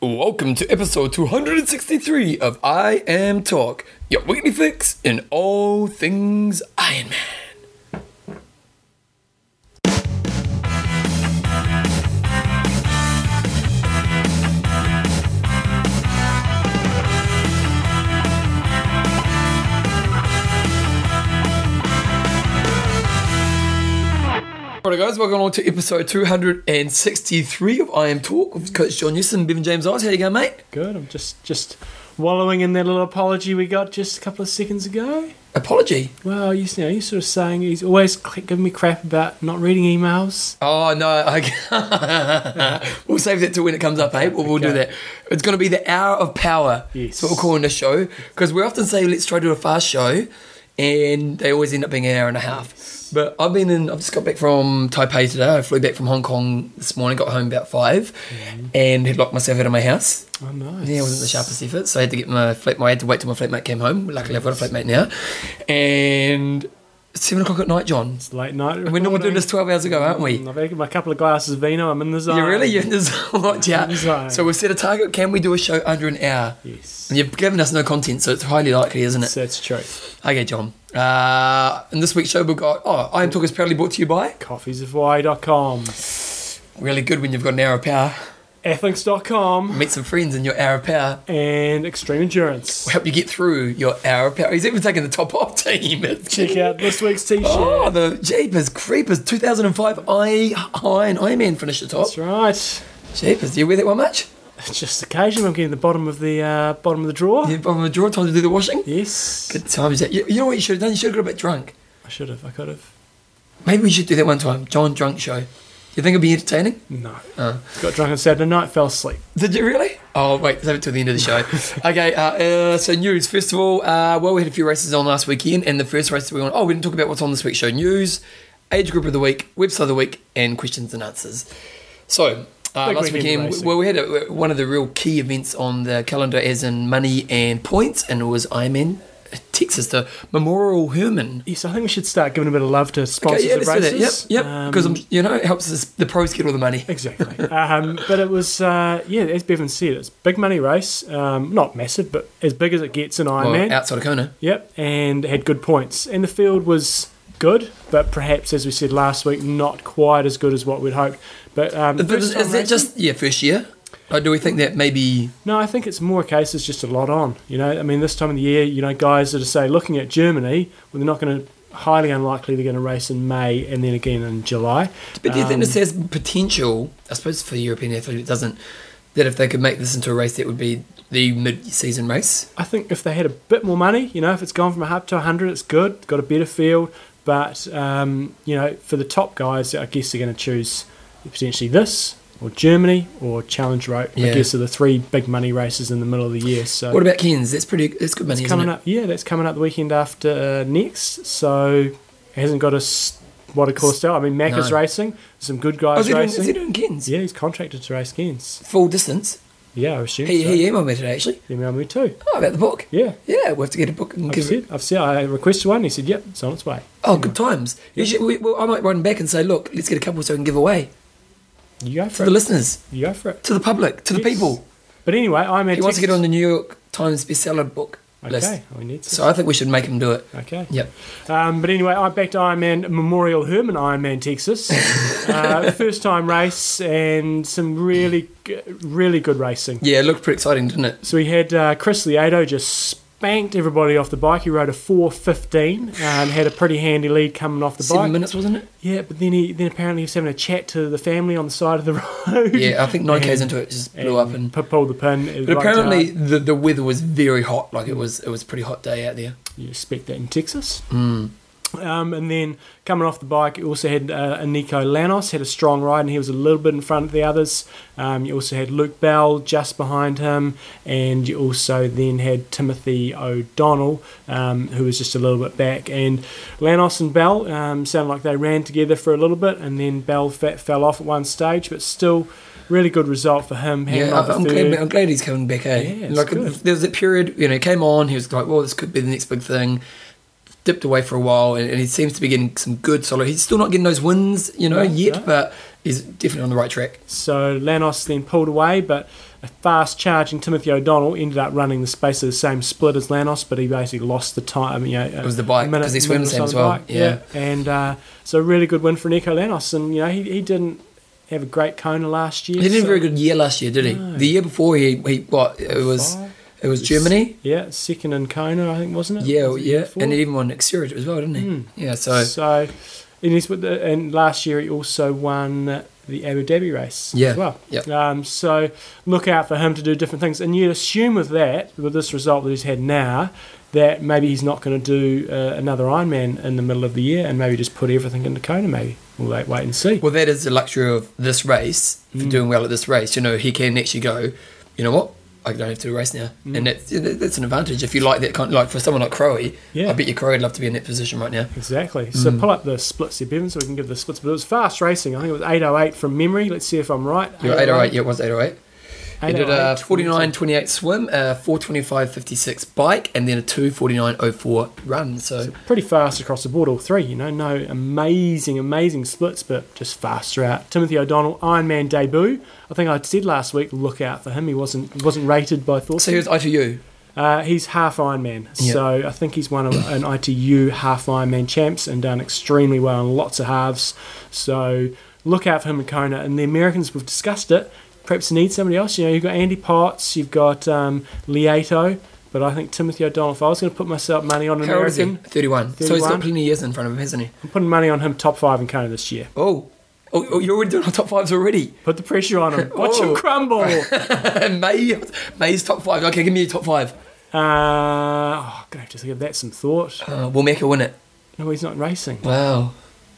Welcome to episode 263 of I Am Talk, your weekly fix in all things Iron Man. Alright guys, welcome along to episode 263 of I Am Talk with Coach John Newson, Bevan James Oz. How you going, mate? Good. I'm just just wallowing in that little apology we got just a couple of seconds ago. Apology. Well, you, know, you're sort of saying he's always cl- giving me crap about not reading emails. Oh no, I, we'll save that till when it comes up, eh? We'll, we'll do Okay. that. It's going to be the hour of power. Yes. So we're calling this show because we often say let's try to do a fast show, and they always end up being an hour and a half. But I've been in. I've just got back from Taipei today. I flew back from Hong Kong this morning. Got home about five, Mm-hmm. and had locked myself out of my house. Oh, nice. Yeah, it wasn't the sharpest effort, so I had to get my flat. I had to wait till my flatmate came home. Luckily, I've got a flatmate now, and it's seven o'clock at night, John. It's late night. Mm, We're not doing this twelve hours ago, aren't we? I've had my couple of glasses of vino. I'm in the zone. You really? You're in the zone. Watch out. zone. So we've set a target. Can we do a show under an hour? Yes. And you've given us no content, so it's highly likely, isn't it? So it's true. Okay, John. Uh, in this week's show, we've got, oh, I Am Talk is proudly brought to you by Coffeesofy.com, Really Good When You've Got an Hour of Power. Athlinks.com, Meet some friends in your hour of power. and Extreme Endurance. We'll help you get through your hour of power. He's even taking the top off team. Check out this week's t shirt. Oh, the Jeepers Creepers 2005 I, I and Iron Man finished the top. That's right. Jeepers, do you wear that one much? It's just occasion. I'm getting the bottom of the uh, bottom of the drawer. You on the drawer time to do the washing? Yes. Good times. You, you know what you should have done? You should have got a bit drunk. I should have. I could have. Maybe we should do that one time. John Drunk Show. You think it'd be entertaining? No. Oh. Got drunk on Saturday night, fell asleep. Did you really? Oh, wait, save it till the end of the show. okay, uh, uh, so news. First of all, uh, well, we had a few races on last weekend, and the first race that we went on, oh, we didn't talk about what's on this week's show news, age group of the week, website of the week, and questions and answers. So, uh, Big last weekend weekend, racing. well, we had a, one of the real key events on the calendar, as in money and points, and it was Ironman uh, Texas, the Memorial Herman. Yes, I think we should start giving a bit of love to sponsors Okay, yeah, of let's do that. races. Yep, yep. Because Um, I'm you know, it helps us, the pros get all the money. exactly. um, but it was uh, yeah, as Bevan said, it's a big money race. Um, not massive, but as big as it gets in Well, Ironman. outside of Kona. Yep, and had good points, and the field was good, but perhaps as we said last week, not quite as good as what we'd hoped. But um, But first is, time is that racing- just yeah first year? Or do we think that maybe No, I think it's more a case it's just a lot on. You know, I mean, this time of the year, you know, guys that are say looking at Germany, well, they're not going to highly unlikely they're going to race in May and then again in July. but do you think Um, this has potential? I suppose for the European athlete it doesn't. That if they could make this into a race, that would be the mid-season race. I think if they had a bit more money, you know, if it's gone from a hub to a hundred, it's good. Got a better field, but um, you know, for the top guys, I guess they're going to choose potentially this or Germany or Challenge Rope. Yeah. I guess are the three big money races in the middle of the year. So What about Cairns? That's pretty. That's good money, Uh, It's isn't coming it? up. Yeah, that's coming up the weekend after uh, next. So it hasn't got a s- what a course still. I mean, Mac is No. racing. Some good Oh, is guys he doing, racing. is he doing Cairns? yeah, he's contracted to race Cairns. Full distance. Yeah, I assume. He so. he emailed me today actually. Email me too. Oh, about the book. Yeah. Yeah, we have to get a book and I've give it. said, I've said, I requested one. He said, "Yep, it's on its way." Oh, good times. You should, we, well, I might run back and say, look, let's get a couple so I can give away You go to for the it. listeners. You go for it. to the public, to the Yes. people. But anyway, I'm at. He wants to get Texas- on the New York Times bestseller book list. Okay, oh, we need to. So I think we should make him do it. okay. Yep. Um, but anyway, I'm back to Ironman Memorial Herman Ironman Texas. uh, first time race and some really, g- really good racing. Yeah, it looked pretty exciting, didn't it? So we had uh, Chris Lieto just spanked everybody off the bike. He rode a 415 and had a pretty handy lead coming off the Seven bike. minutes, wasn't it? Yeah, but then he then apparently he was having a chat to the family on the side of the road. Yeah, I think nine k's And- into it just blew up and. pu- pulled the pin. It But lights apparently out. the, the weather was very hot. Like it was it was a pretty hot day out there. you expect that in Texas. Mm. Um, and then coming off the bike, you also had uh, a Nico Lanos had a strong ride, and he was a little bit in front of the others. Um, you also had Luke Bell just behind him, and you also then had Timothy O'Donnell, um, who was just a little bit back. And Lanos and Bell um, sounded like they ran together for a little bit, and then Bell fa- fell off at one stage, but still really good result for him. hanging Yeah, on I, for I'm third. glad I'm glad he's coming back, eh? Yeah, it's like good. there was that period, you know, he came on, he was like, Well, this could be the next big thing. Dipped away for a while and, and he seems to be getting some good solid he's still not getting those wins, you know, No, yet, no. but he's definitely on the right track. So Lanos then pulled away, but a fast charging Timothy O'Donnell ended up running the space of the same split as Lanos, but he basically lost the time. You know, It was the bike, 'cause he swims minute or him as so on well, the yeah. and uh, so a really good win for Nico Lanos, and you know he, he didn't have a great Kona last year. He didn't have so- a very good year last year, did he? No. The year before, he, he what? It was Five? it was It's- Germany. Yeah, second in Kona, I think, wasn't it? Yeah, Was it the yeah, year before? and he even won Xterra as well, didn't he? Mm. Yeah, so So, and, he's with the, and last year he also won the Abu Dhabi race Yeah, as well. yep. Um, so look out for him to do different things. And you'd assume with that, with this result that he's had now, that maybe he's not going to do uh, another Ironman in the middle of the year and maybe just put everything into Kona maybe. We'll wait, wait and see. well, that is the luxury of this race. Hmm. For doing well at this race, you know, he can actually go. You know what? I don't have to do a race now, Hmm. and that's that's an advantage if you like that kind. Like for someone like Crowe, Yeah. I bet you Crowe would love to be in that position right now. Exactly. So Mm. pull up the splits there, Bevan, so we can give the splits. But it was fast racing. I think it was 8.08 from memory. Let's see if I'm right. oh You're 808. Yeah, it was 808. He did uh, a 49. 49.28 swim, a 425.56 bike, and then a 249.04 run. So pretty fast across the board, all three. You know, no amazing, amazing splits, but just fast throughout. Timothy O'Donnell, Iron Man debut. I think I said last week, look out for him. He wasn't he wasn't rated by Thorson. so he was ITU. uh, he's half Iron Man, Yeah. so I think he's won a- an ITU half Iron Man champs and done extremely well in lots of halves. So look out for him in Kona. And the Americans, we've discussed it. Perhaps you need somebody else. You know, you've got Andy Potts, you've got um, Lieto, but I think Timothy O'Donnell. If I was going to put myself money on an How old is he? American, 31. So he's got 31. plenty of years in front of him, hasn't he? I'm putting money on him top five in Kona this year. Oh, oh, oh you're already doing our top fives already. Put the pressure on him. Watch him Oh. crumble. uh, May, May's top five. Okay, give me your top five. oh, I'm gonna oh, have to give that some thought. Uh, will Mecca win it? No, he's not racing. Wow.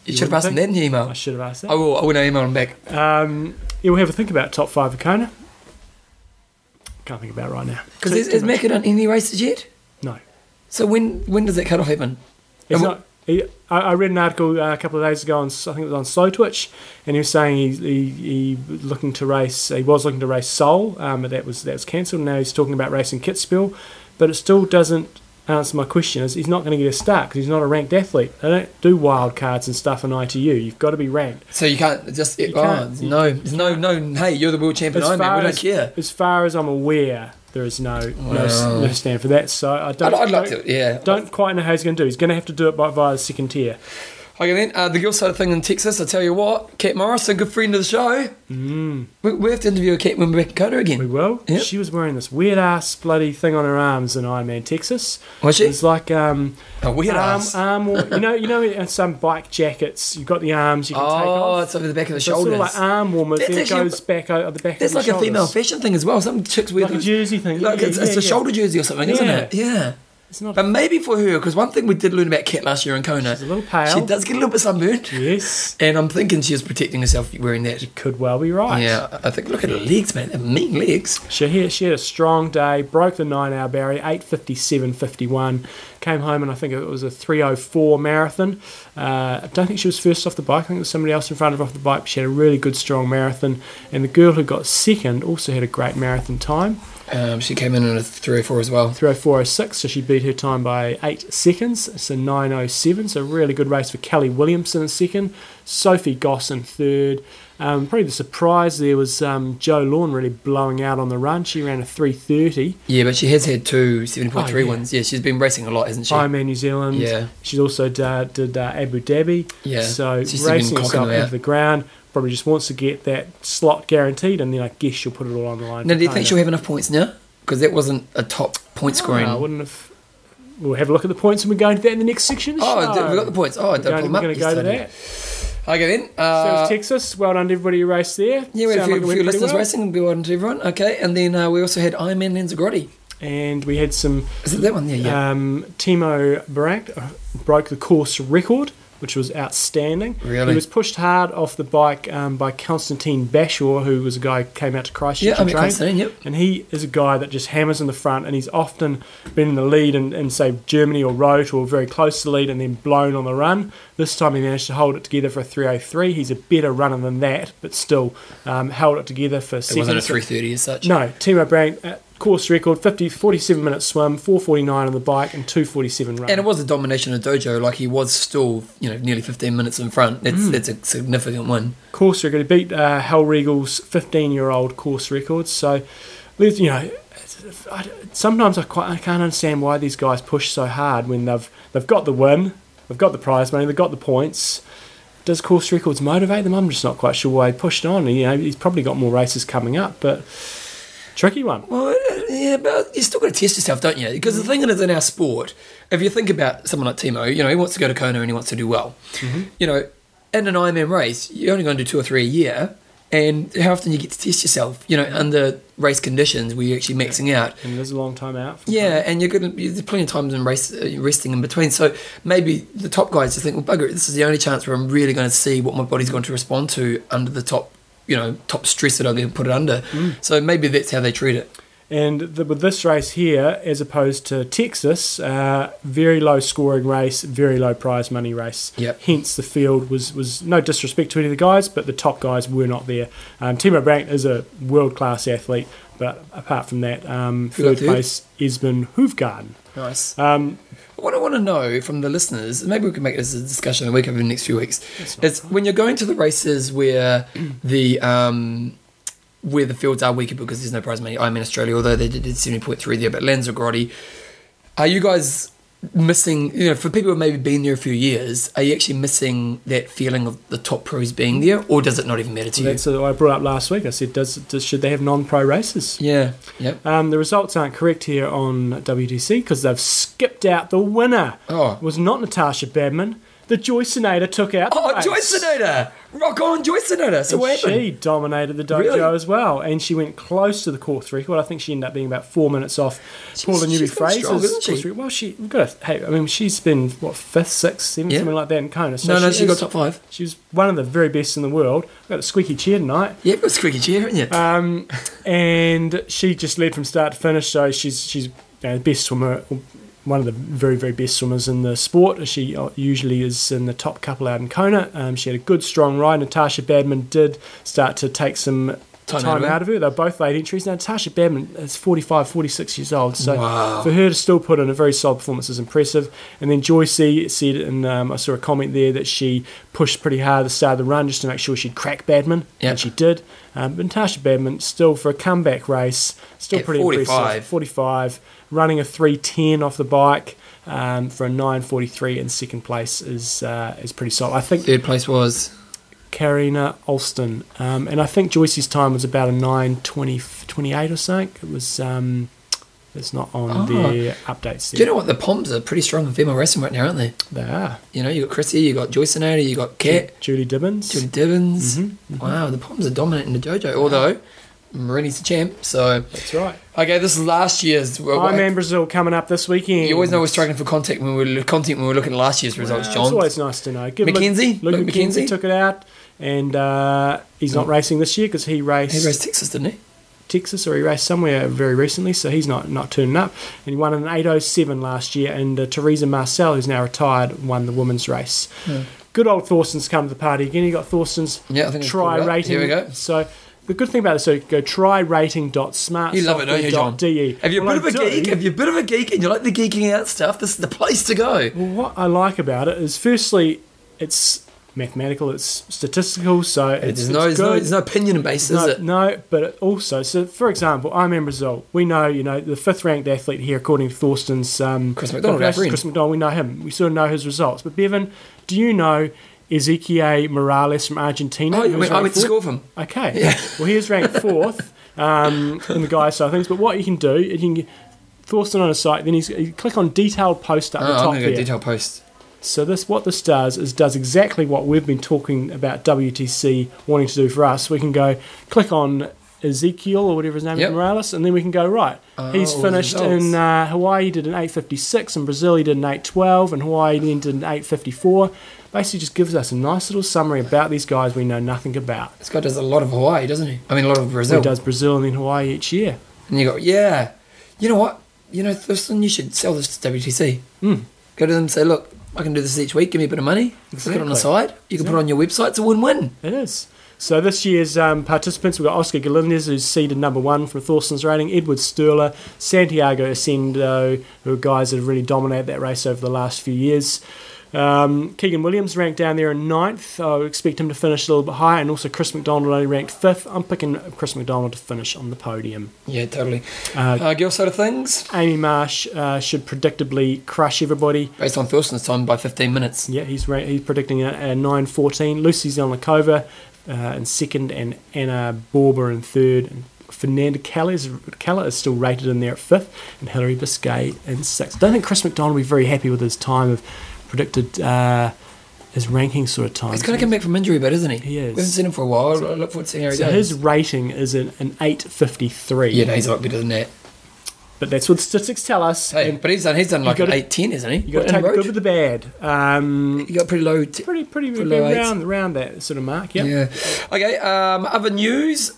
You, should have asked him that in your I email. should have asked I that. will. I will email him back. Um, yeah, we'll have a think about top five of Kona. Can't think about it right now. Because Too- has, too has much. Mecca done any races yet? No, So when when does that cut off happen? he's And wh- not. He, I, I read an article uh, a couple of days ago on s- I think it was on Slow Twitch, and he was saying he, he, he was looking to race. He was looking to race Seoul, um, but that was that was cancelled. Now he's talking about racing Kitzbühel, but it still doesn't answer my question. Is he's not going to get a start because he's not a ranked athlete. They don't do wild cards and stuff in ITU. You've got to be ranked. So you can't just You oh, can't. You- no, there's no, no. Hey, you're the world champion Ironman. We don't as, care. as far as I'm aware, there is no no, s- Wow. no stand for that. So I I'd, don't. I'd like don't- to. Yeah. Don't quite know how he's going to do. He's going to have to do it by, via the second tier. Okay then. Uh, the girl side of thing in Texas. I tell you what, Kat Morris, a good friend of the show. Mm. We, we have to interview Kat when we're back in Kona We again. will. Yep. She was wearing this weird ass bloody thing on her arms in Iron Man Texas. Was she? Oh, It's like um, A weird arm, ass. arm, or, you know, you know, in some bike jackets. You've got the arms you can take Oh, off. it's over the back of the So it's sort shoulders. of like arm warmers. That's Then it actually- goes back over the back. That's of the like a female shoulders. fashion thing as well. Some chicks wear Like a jersey thing. Like Yeah, it's, yeah, it's a yeah. shoulder Um, jersey or something, isn't Yeah. it? Yeah. It's not. But maybe for her, because one thing we did learn about Kat last year in Kona, She's a little pale. she does get a little bit sunburned, Yes, and I'm thinking she is protecting herself wearing that. you could well be right. Yeah, I- I think. Look at her legs, man. They're mean legs. She had, she had a strong day, broke the nine hour barrier, 8.57.51, came home and I think it was a 3.04 marathon. Uh, I don't think she was first off the bike, I think it was somebody else in front of her off the bike, but she had a really good, strong marathon. And the girl who got second also had a great marathon time, Um, she came in on a three or four as well. 3.04.06, so she beat her time by 8 seconds, so 9.07, so a really good race for Kelly Williamson in second, Sophie Goss in third. Um, probably the surprise there was um, Joe Lawn really blowing out on the run. She ran a 3.30. Yeah, but she has had two 70.3 Oh, yeah. ones. Yeah, she's been racing a lot, hasn't she? Ironman New Zealand. Yeah. She's also d- did uh, Abu Dhabi. Yeah. So She's been racing cocking herself them out. into the ground. Probably just wants to get that slot guaranteed, and then I guess she'll put it all on the line. now, for do you think Kona. she'll have enough points now? Because that wasn't a top point scoring. Oh, I wouldn't have. We'll have a look at the points, and we go into that in the next section. Of the oh, show. we got the points. Oh, I We're don't going, pull them we're up. going to Yes, go I to did. that. Okay then. so it Uh, was Texas. Well done, to everybody who raced there. yeah, we had a Sound few, like few it went pretty listeners well. racing. Be welcome to everyone. Okay, and then uh, we also had Ironman Lanzagrotti. And we had some Is it that one? Yeah, yeah. Um, Timo Barak uh, broke the course record, which was outstanding. Really? He was pushed hard off the bike um, by Konstantin Bashor, who was a guy who came out to Christchurch yeah, I and mean trained. Constantine. Yep. And he is a guy that just hammers in the front, and he's often been in the lead in, in, say, Germany or Rote or very close to lead and then blown on the run. This time he managed to hold it together for a 303. He's a better runner than that, but still um, held it together for It wasn't a seconds. 3:30 as such. No, Timo Brand, uh, course record 50, 47 minute swim, 449 on the bike, and 247 run. And it was a domination of dojo. Like he was still, you know, nearly 15 minutes in front. It's Mm. it's a significant win. course record. He beat uh, Hal Regal's 15 year old course record. So, there's- you know, it's- I- sometimes I, quite, I can't understand why these guys push so hard when they've they've got the win, they've got the prize money, they've got the points. Does course records motivate them? I'm just not quite sure why he pushed on. You know, he's probably got more races coming up, but tricky one. Well, uh, yeah, but you still got to test yourself, don't you? Because the thing is, in our sport, if you think about someone like Timo, you know, he wants to go to Kona and he wants to do well. Mm-hmm. You know, in an Ironman race, you're only going to do two or three a year, and how often you get to test yourself, you know, under race conditions where you're actually maxing out. And there's a long time out. for- Yeah, and you're going to there's plenty of times in race uh, resting in between. So maybe the top guys just think, well, bugger it, this is the only chance where I'm really going to see what my body's going to respond to under the top, you know, top stress that I'm going to put it under. So maybe that's how they treat it. And the, with this race here, as opposed to Texas, uh, very low scoring race, very low prize money race. Yep. Hence, the field was was no disrespect to any of the guys, but the top guys were not there. Um, Timo Brandt is a world class athlete, but apart from that, um, Who got third third? place Isbin Hoofgarden. Nice. Um, What I want to know from the listeners, and maybe we can make this a discussion a week over the next few weeks, That's not is when you're going to the races where the um, where the fields are weaker because there's no prize money. I'm in Australia, although they did seventy point three there, but Lanza Grotti, are you guys missing? You know, for people who maybe been there a few years, are you actually missing that feeling of the top pros being there, or does it not even matter to you? that's what I brought up last week. I said, does, does should they have non pro races? Yeah, yep. Um, the results aren't correct here on WTC because they've skipped out the winner. Oh. was not Natasha Badman. The Joycenator took out. the Oh, race. Joyce Sonoda! Rock on, Joyce Sonoda! So And what happened? she dominated the dojo Really? as well, and she went close to the course record. I think she ended up being about four minutes off Paula Newby she's gone Fraser's strong, isn't she? course record. Well, she we've got to, hey, I mean, she's been what fifth, sixth, seventh, Yeah. something like that in Kona. So No, no, she is- got top five. She was one of the very best in the world. I got a squeaky chair tonight. Yeah, you've got a squeaky chair, haven't you? Um, and she just led from start to finish. So she's she's you know, the best swimmer, one of the very very best swimmers in the sport. She uh, usually is in the top couple out in Kona. Um, she had a good strong ride. Natasha Badman did start to take some. Time Time, out of it. out of her. They're both late entries. Now, Natasha Badman is 45, 46 years old. So Wow. for her to still put in a very solid performance is impressive. And then Joycey said, and um, I saw a comment there that she pushed pretty hard at the start of the run just to make sure she'd crack Badman. Yep. And she did. Um, but Natasha Badman, still for a comeback race, still At pretty 45. impressive. 45, running a 310 off the bike um, for a 943 in second place is uh, is pretty solid. I think Third place was Karina Alston. Um, and I think Joyce's time was about a 920, 28 or something. It was. Um, it's not on Ah. the updates. There. Do you know what the Poms are pretty strong in female racing right now, aren't they? They are. You know, you got Chrissy, you got Joyce Sonoda, you got Kat, Julie Dibbins. Julie Mm-hmm. Dibbins. Wow, the Poms are dominant in the JoJo. Although Marini's the champ, so That's right. okay, this is last year's. Well, I'm in Brazil coming up this weekend. you always know we're struggling for content when we're content when we're looking at last year's results, It's John. always nice to know. Good McKenzie? Luke Luke, Luke McKenzie? Mm. McKenzie took it out, and uh, he's not racing this year because he raced, He raced Texas, didn't he? Texas or he raced somewhere very recently, so he's not, not turning up. And he won an 807 last year, and uh, Teresa Marcel, who's now retired, won the women's race. Good old Thorson's come to the party again. He got Thorson's Yeah, I think it's try called that. rating. Here we go. So. The good thing about this, so you go try rating.smart. You love it, don't you, John? De. If you're a E. Well, bit of I a do. geek, if you're a bit of a geek and you like the geeking out stuff, this is the place to go. Well, what I like about it is, firstly, it's mathematical, it's statistical, so it's, There's it's no, there's no, good. there's no opinion base, is no, it? no, but it also, so for example, I'm in Brazil. We know, you know, the fifth-ranked athlete here, according to Thorsten's um, Chris McDonald, our friend. Chris McDonald. We know him. We sort of know his results. But Bevan, do you know Ezequiel Morales from Argentina? Oh, who I was went, I ranked went to fourth? school with him. Okay. Well, he is ranked fourth um, in the guy side of things. But what you can do, you can get Thorsten on a site, then he's, you click on detailed post up Oh, the I'm top gonna go there. detail post. So this what this does is does exactly what we've been talking about WTC wanting to do for us. We can go click on Ezekiel or whatever his name Yep. is Morales, and then we can go right. He's Oh, finished results. in uh, Hawaii, did an 856, in Brazil he did an 812, and Hawaii then did an 854. Basically, just gives us a nice little summary about these guys we know nothing about. This guy does a lot of Hawaii, doesn't he? I mean, a lot of Brazil. He does Brazil and then Hawaii each year. And you go, yeah, you know what? You know, Thurston, you should sell this to WTC. Mm. Go to them and say, look, I can do this each week. Give me a bit of money. Put it on the Exactly. side. You can put it on your website. It's a win-win. It is. So this year's um, participants, we've got Oscar Galindez, who's seeded number one from Thorson's rating, Edward Sturler, Santiago Ascendo, who are guys that have really dominated that race over the last few years. Um, Keegan Williams ranked down there in ninth. I would expect him to finish a little bit higher, and also Chris McDonald only ranked fifth. I'm picking Chris McDonald to finish on the podium. Yeah, totally. Uh, Uh, girl side of things, Amy Marsh uh, should predictably crush everybody. based on Thurston's time by 15 minutes. Yeah, he's ra- he's predicting a, a 9.14. Lucy Zelnikova uh, in second, and Anna Borber in third. And Fernanda Keller is, Keller is still rated in there at fifth, and Hilary Biscay in sixth. I don't think Chris McDonald will be very happy with his time of predicted uh, his ranking sort of time. He's going to come back from injury, but isn't he? He We is. haven't seen him for a while. I look forward to seeing how he so goes. his rating is an, an 8.53. yeah, no, he's a lot better than that. but that's what statistics tell us. Hey, and but he's done. He's done like gotta- an eight ten, isn't he? you got to In take the road? good with the bad. Um, You got pretty low. T- pretty, pretty, For low eights. round, round that sort of mark. Yep. Yeah. Okay. Um, other news.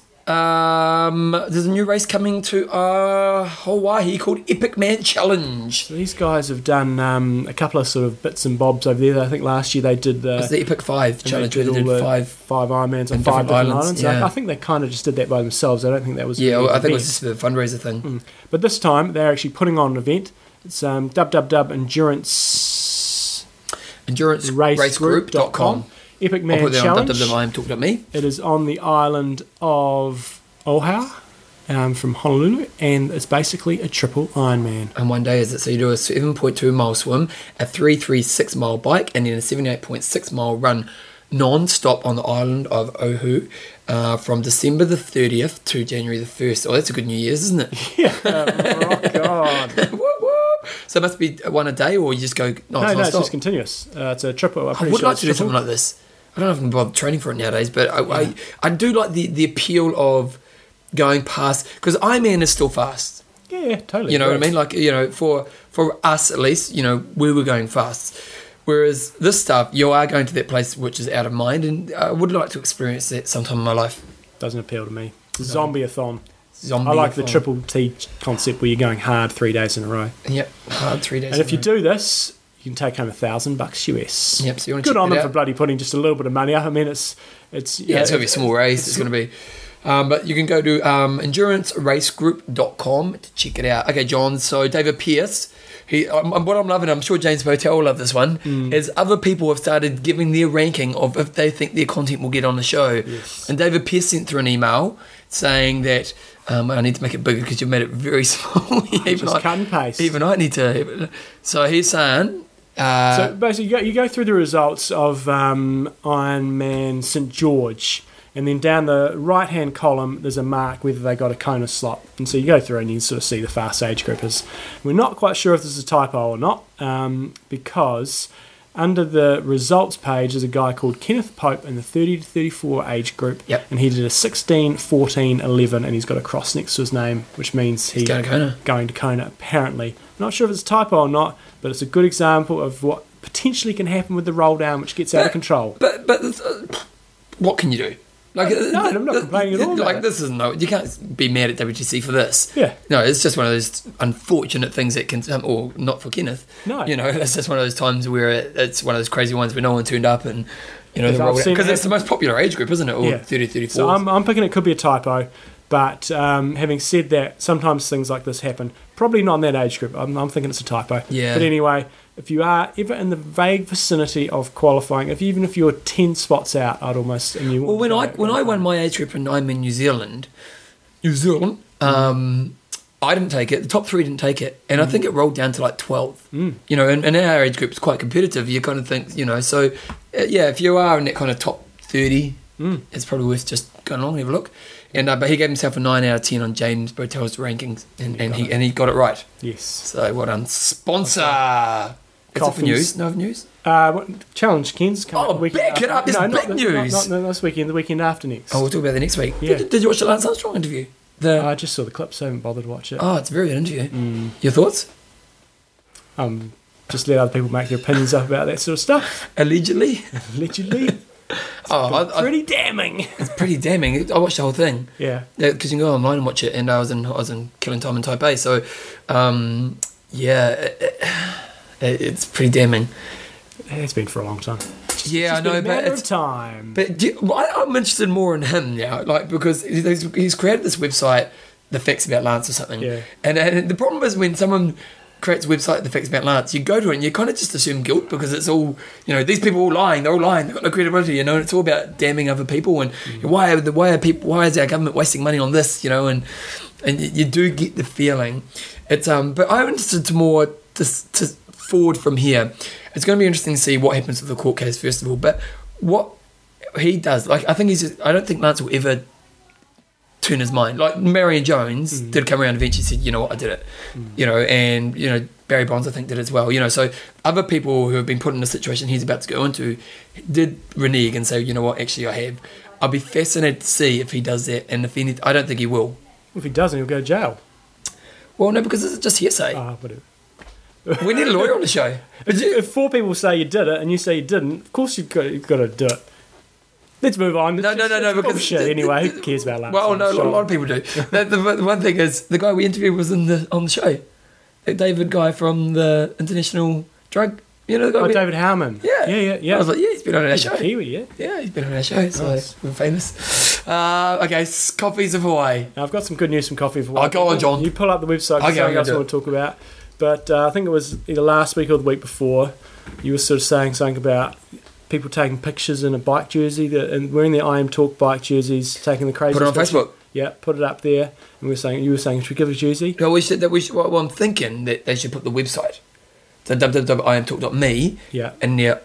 Um, there's a new race coming to uh, Hawaii called Epic Man Challenge. So these guys have done um, a couple of sort of bits and bobs over there. I think last year they did the, It's the Epic Five they Challenge. Where they did all the five. five Ironmans on in different five different islands, islands. I- yeah. I, think they kind of just did that by themselves. I don't think that was Yeah, really well, I an think it was event. just a fundraiser thing. But this time they're actually putting on an event. It's um, www endurance Endurance race, Race Group dot com. Epic I'll Man put that on Challenge. WWM Talk About Me. It is on the island of Oahu um, from Honolulu, and it's basically a triple Ironman. And one day is it? So you do a 7.2 mile swim, a 336 mile bike, and then a 78.6 mile run non stop on the island of Oahu uh, from December the 30th to January the 1st. Oh, that's a good New Year's, isn't it? Yeah, rock on. Whoop, whoop. So it must be one a day, or you just go, no, No, Oh, it's no, non it's stop. just continuous. Uh, it's a triple. I'm I pretty would sure like it's to do triple. something like this. I don't know if I can bother training for it nowadays, but I, I, I do like the, the appeal of going past, because Ironman is still fast. Yeah, yeah, totally. You know what I Right. mean? Like you know, for for us at least, you know, we were going fast. Whereas this stuff, you are going to that place which is out of mind, and I would like to experience that sometime in my life. Doesn't appeal to me. Zombie a thon. Zombie I like the fun. triple T concept where you're going hard three days in a row. Yep, hard three days. And if in you a do this, you can take home a thousand bucks US. Yep, so you wanna Good check on that them for out. bloody putting just a little bit of money up. I mean, it's it's row. yeah, it's gonna be a small race. It's gonna be, um, but you can go to um, enduranceracegroup.com to check it out. Okay, John. So David Pierce. He, um, um, what I'm loving, I'm sure James Motel will love this one, Hmm. is other people have started giving their ranking of if they think their content will get on the show. Yes. And David Pierce sent through an email saying that um, I need to make it bigger because you've made it very small. even, Just cut and paste. even I need to. So he's saying, uh, So basically, you go, you go through the results of um, Iron Man St George, and then down the right hand column, there's a mark whether they got a Kona slot. And so you go through and you sort of see the fast age groupers. We're not quite sure if this is a typo or not, um, because under the results page is a guy called Kenneth Pope in the 30 to 34 age group, Yep. and he did a 16, 14, 11, and he's got a cross next to his name, which means he He's going to Kona. going to Kona, apparently. Not sure if it's a typo or not, but it's a good example of what potentially can happen with the roll down, which gets out of control. but but uh, what can you do? Like, uh, No, I'm not complaining at all about Like it. this is no, you can't be mad at WTC for this. Yeah. no, it's just one of those unfortunate things that can, um, or not for Kenneth. No. you know, it's just one of those times where it, it's one of those crazy ones where no one turned up and you know Because I've seen because it it's the most popular age group, isn't it? Or Yeah. 30, 34. So I'm, I'm picking it could be a typo, but um, having said that, sometimes things like this happen. Probably not in that age group. I'm, I'm thinking it's a typo. Yeah. But anyway, if you are ever in the vague vicinity of qualifying, if even if you're ten spots out, I'd almost and you Well, want when to go I back when I qualifying. won my age group and I'm in New Zealand, New Zealand, Hmm. um, I didn't take it. The top three didn't take it, and I Hmm. think it rolled down to like twelve. You know, and, and our age group's quite competitive. You kind of think, you know, so uh, yeah, if you are in that kind of top thirty, Hmm. it's probably worth just going along and have a look. And uh, but he gave himself a nine out of ten on James Botel's rankings, and, and he and he got it right. yes. So what done, sponsor? That's it for Coffees. news. No news. Uh, what, challenge Ken's coming Oh, up the weekend back it up, after- it's No, not big the- not- news. Not, not this weekend. The weekend after next. Oh, we'll talk about that next week. Yeah. Did, did you watch the Lance Armstrong interview? The I just saw the clips. I haven't bothered to watch it. Oh, it's a very good interview. Your thoughts? Um, just let other people make their opinions up about that sort of stuff. Allegedly? Allegedly, oh, I, I- pretty damning. it's pretty damning. I watched the whole thing yeah, because you can go online and watch it. And I was in I was in Killing Time in Taipei, so um, yeah, it, it- it's pretty damning. it's been for a long time. Just Yeah, It's I just been know, a but matter it's- of time. But do, well, I, I'm interested more in him now, like because he's, he's created this website, the facts about Lance or something. Yeah. And, and the problem is when someone creates a website, the facts about Lance, you go to it and you kind of just assume guilt because it's all you know. These people are all lying. They're all lying. They've got no credibility. You know, and it's all about damning other people and why are the why are people why is our government wasting money on this? You know, and and you, you do get the feeling. It's um. But I'm interested to more to to forward from here. It's going to be interesting to see what happens with the court case first of all. But what he does. Like I think he's. Just, I don't think Lance will ever turn his mind. Like Marion Jones Mm. did come around eventually. and Said, you know what, I did it. You know, and you know Barry Bonds I think did as well. You know, so other people who have been put in the situation he's about to go into did renege and say, you know what, actually I have. I'll be fascinated to see if he does that, and if he, I don't think he will. if he doesn't, he'll go to jail. Well, no, because it's just hearsay. Ah, whatever. we need a lawyer on the show. If, if four people say you did it and you say you didn't, of course you've got, you've got to do it. Let's move on. No, no, no, no, because- shit. Anyway, who cares about Lance? Well, I'm no, sure. a lot of people do. the, the, the one thing is, the guy we interviewed was in the on the show, the David guy from the International Drug. You know the guy. Oh, we- David Howman. Yeah, yeah, yeah. yeah. I was like, yeah, he's been on our He's a show. Kiwi, yeah. Yeah, he's been on our show. So Nice. we're famous. Uh, okay, s- copies of Hawaii. Now, I've got some good news from Coffee for Oh, go on, John. You pull up the website because Okay, I'm something gonna else I do want to talk about. But uh, I think it was either last week or the week before, you were sort of saying something about people taking pictures in a bike jersey that, and wearing their I Am Talk bike jerseys, taking the crazy Put it on Facebook. Yeah, put it up there. And we were saying, you were saying, should we give it a jersey? No, we should. That we should, well, I'm thinking that they should put the website, so www.iamtalk.me, Yeah, and yeah,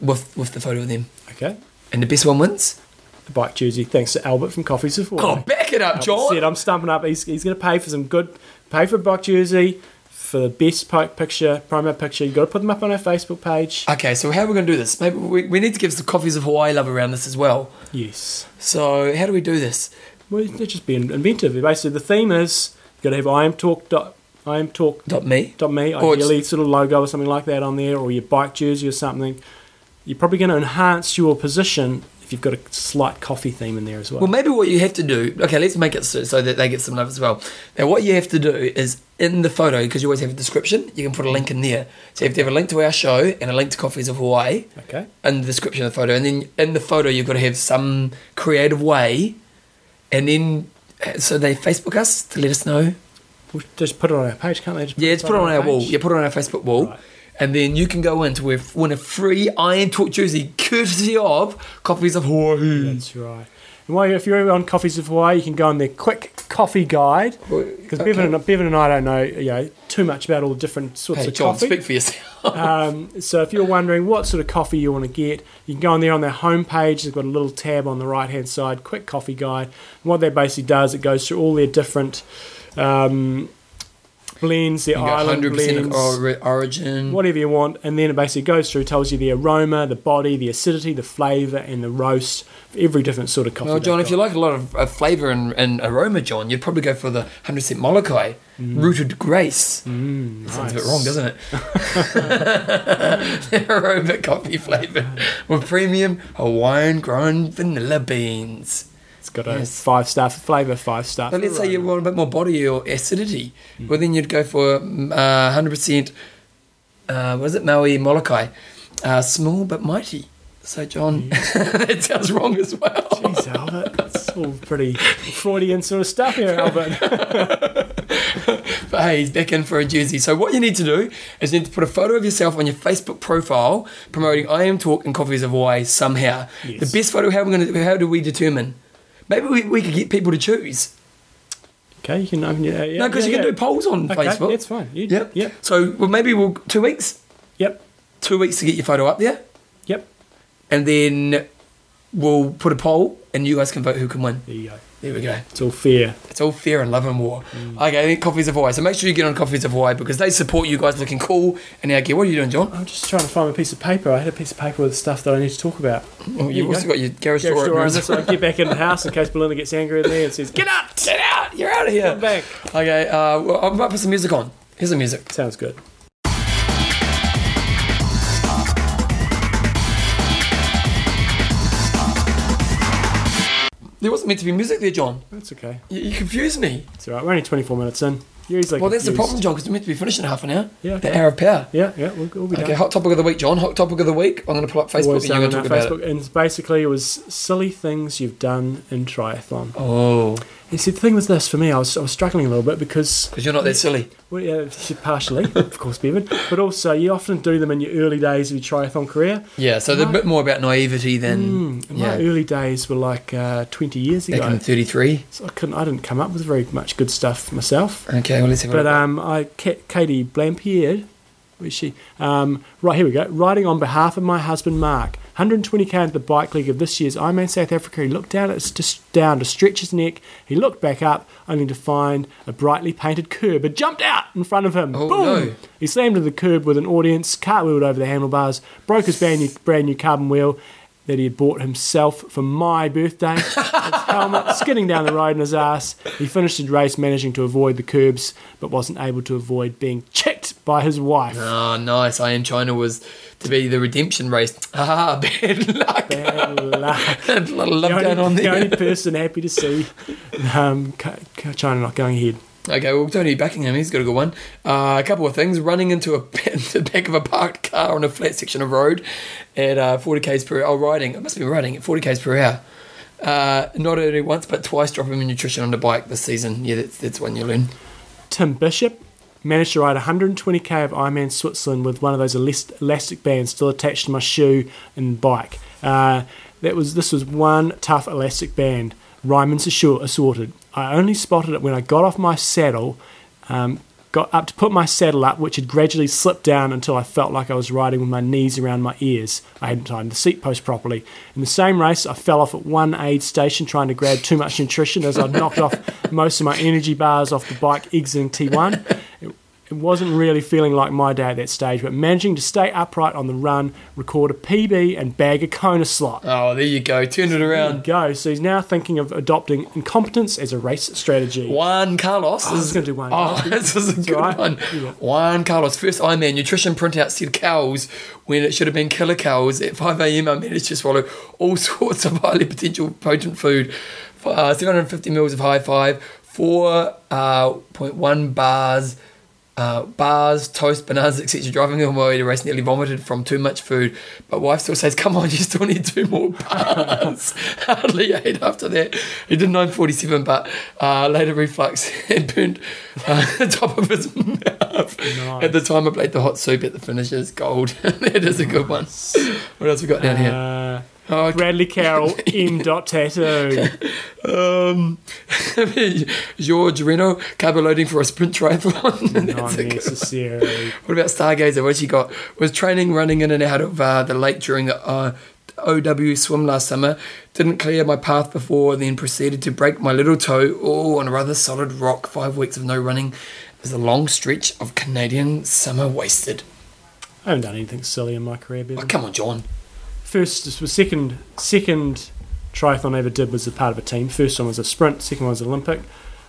with with the photo of them, okay. and the best one wins. The bike jersey, thanks to Albert from Coffee Support. Oh, back it up, John. Said, I'm stumping up. He's, he's going to pay for some good, pay for a bike jersey, for the best pi- picture, promo picture. You've got to put them up on our Facebook page. Okay, so how are we going to do this? Maybe we, we need to give some copies of Hawaii Love around this as well. yes. So how do we do this? Well, it's just being inventive. Basically, the theme is you've got to have I am talk dot I am talk Dot me. dot me Or it's- ideally sort of logo or something like that on there, or your bike jersey or something. You're probably going to enhance your position if you've got a slight coffee theme in there as well. Well, maybe what you have to do. Okay, let's make it so, so that they get some love as well. Now, what you have to do is in the photo because you always have a description. You can put a link in there. So you have to have a link to our show and a link to Coffees of Hawaii okay. in the description of the photo, and then in the photo you've got to have some creative way, and then uh, so they Facebook us to let us know. We'll just put it on our page, can't they? Just Yeah, it's put it on our wall. page? Yeah, put it on our Facebook wall. Right. And then you can go in to win- win a free Iron Talk jersey courtesy of Coffees of Hawaii. That's right. And while you're, if you're on Coffees of Hawaii, you can go on their quick coffee guide. Because Bevan, and, Bevan and I don't know, you know too much about all the different sorts Hey, of John, coffee. speak for yourself. Um, so if you're wondering what sort of coffee you want to get, you can go on there on their homepage. They've got a little tab on the right hand side, quick coffee guide. And what that basically does, it goes through all their different um, blends, their You got island 100% blends, of ori- origin. whatever you want, and then it basically goes through, tells you the aroma, the body, the acidity, the flavour, and the roast. for Every different sort of coffee. well, John, they've if you got. like a lot of uh, flavour and, and aroma, John, you'd probably go for the 100% Molokai, Rooted Grace. Mm, Sounds a nice. bit wrong, doesn't it? aroma coffee flavour with premium Hawaiian grown vanilla beans. It's got a Yes. five star flavour, five star. But let's say you want a bit more body or acidity. Well, then you'd go for mm, uh, 100%, uh, what is it, Maui Molokai. Uh, small but mighty. So, John, Mm. that sounds wrong as well. Jeez, Albert, it's all pretty Freudian sort of stuff here, Albert. But hey, he's back in for a jersey. So, what you need to do is you need to put a photo of yourself on your Facebook profile promoting I Am Talk and Coffees of Hawaii somehow. Yes. The best photo, how, we gonna, how do we determine? Maybe we, we could get people to choose. Okay, you can open your. Uh, yeah, no, because yeah, you can yeah. do polls on okay, Facebook. That's fine. You, Yep. Yep. So, well, maybe we'll, two weeks? Yep. two weeks to get your photo up there, Yep. and then we'll put a poll, and you guys can vote who can win. There you go. There we go. uh, It's all fair. It's all fair and love and war. Mm. Okay, then Coffees of Hawaii. So make sure you get on Coffees of Hawaii because they support you guys looking cool and our gear. What are you doing, John? I'm just trying to find a piece of paper. I had a piece of paper with stuff that I need to talk about. Oh, you've you go. also got your garage, Garage door door on openers. this one. Get back in the house in case Belinda gets angry at me and says, "Get Get out! Get out! You're out of here. back." Okay, uh, well, I'm about to put some music on. Here's the music. Sounds good. There wasn't meant to be music there, John. That's okay. You, you confused me. It's all right. We're only 24 minutes in. Yuri's like Well, that's the confused. problem, John, because we're meant to be finishing in half an hour. Yeah, The okay. hour of power. Yeah, yeah, we'll, we'll be done. Okay, hot topic of the week, John. Hot topic of the week. I'm going to pull up Facebook and Always you're going to down talk on our about it. Facebook, and basically it was silly things you've done in triathlon. Oh, You see, the thing was this for me, I was, I was struggling a little bit because because you're not that silly. Well, yeah, partially, of course, Bevan. But also, you often do them in your early days of your triathlon career. Yeah, so they're a bit more about naivety than Mm, and My yeah, early days were like uh, 20 years back in ago. 33. So I couldn't, I didn't come up with very much good stuff myself. Okay, well, let's have a But look. um, I, Ka- Katie Blampierre, where's she? Um, right here we go. Riding on behalf of my husband Mark, 120k into the bike league of this year's Ironman South Africa. He looked down, at, just down to stretch his neck. He looked back up, only to find a brightly painted curb had jumped out in front of him. Oh, Boom! no. He slammed into the curb with an audience, cartwheeled over the handlebars, broke his brand new, brand new carbon wheel. That he had bought himself for my birthday. His helmet skidding down the road in his ass. He finished the race managing to avoid the curbs, but wasn't able to avoid being checked by his wife. Oh, nice. I am China was to be the redemption race. Ah, bad luck. Bad luck. Love The only, going on the there. only person happy to see um, Ca- Ca- China not going ahead. Okay, well, Tony Buckingham, he's got a good one. Uh, a couple of things. Running into a the back of a parked car on a flat section of road at uh, 40 k's per hour. Oh, riding. It must be riding at 40 k's per hour. Uh, not only once, but twice dropping nutrition on the bike this season. Yeah, that's, that's one you learn. Tim Bishop managed to ride 120k of Ironman Switzerland with one of those elas- elastic bands still attached to my shoe and bike. Uh, that was this was one tough elastic band. Ryman's assure, assorted. I only spotted it when I got off my saddle, um, got up to put my saddle up, which had gradually slipped down until I felt like I was riding with my knees around my ears. I hadn't timed the seat post properly. In the same race, I fell off at one aid station trying to grab too much nutrition as I knocked off most of my energy bars off the bike exiting T1. It, it wasn't really feeling like my day at that stage, but managing to stay upright on the run, record a PB, and bag a Kona slot. Oh, there you go. Turn it There you around. go. So he's now thinking of adopting incompetence as a race strategy. Juan Carlos. I was is- gonna do Juan Oh, Carlos. this is a good all right. one. Yeah. Juan Carlos. First Ironman nutrition printout said cows when it should have been killer cows. At 5 a.m., I managed to swallow all sorts of highly potential potent food. Uh, 750 mils of high five, 4.1 bars. Uh, bars, toast, bananas, etc. Driving on my way to race, nearly vomited from too much food. But wife still says, "Come on, you still need two more bars." Hardly ate after that. He did 9:47, but uh, later reflux and burnt uh, the top of his mouth. At the time, I played the hot soup at the finishers. Gold. that is a good one. What else we got down here? Uh, Oh, okay. Bradley Carroll, M. Dot Tattoo. um, George Reno, carbo loading for a sprint triathlon. Not That's a good necessarily. What about Stargazer? What's she got? Was training running in and out of uh, the lake during the uh, OW swim last summer. Didn't clear my path before, then proceeded to break my little toe oh, on a rather solid rock. Five weeks of no running. It was a long stretch of Canadian summer wasted. I haven't done anything silly in my career, Oh, Bevan. come on, John. First, this was second, second triathlon I ever did was a part of a team. First one was a sprint, second one was Olympic.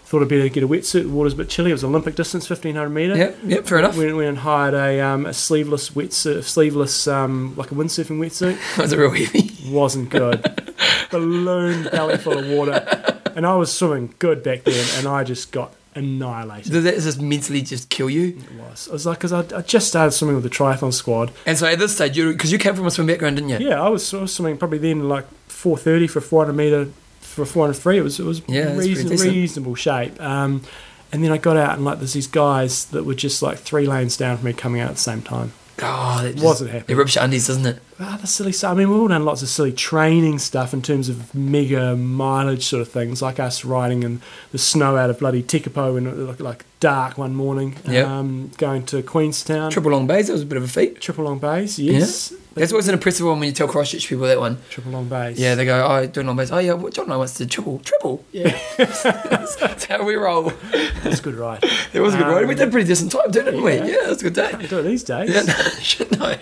Thought I'd better get a wetsuit. The water's a bit chilly. It was Olympic distance, 1500 metre. Yep, yep, fair enough. Went, went and hired a, um, a sleeveless wetsuit, sleeveless, um, like a windsurfing wetsuit. That was a real heavy. wasn't good. Balloon belly full of water. And I was swimming good back then, and I just got annihilated. Does that just mentally just kill you? It was. It was like, because I, I just started swimming with the triathlon squad. And so at this stage, because you, came from a swim background, didn't you? Yeah, I was, I was swimming probably then like 4.30 for a 400 metre, for a 400 free. It was, it was Yeah, that's pretty reason, decent. reasonable shape. Um, and then I got out, and like, there's these guys that were just like three lanes down from me coming out at the same time. Oh, that just, Wasn't happy. It rips your undies, doesn't it? Ah, the silly stuff. I mean, we've all done lots of silly training stuff in terms of mega mileage sort of things, like us riding in the snow out of bloody Tekapo in uh, like, like dark one morning, Yep. um, going to Queenstown, Triple long bays, that was a bit of a feat. Triple Long Bays. Yes, That's always an impressive one when you tell Christchurch people that one. Triple Long Bays. Yeah, they go, oh, doing long base. Oh, yeah, well, John and I once did triple, triple. yeah, That's how we roll. that's a good ride. It was a good ride. We Um, did pretty decent time, didn't we? yeah. Yeah, it was a good day. Can't do it these days. Yeah, no, shit, no.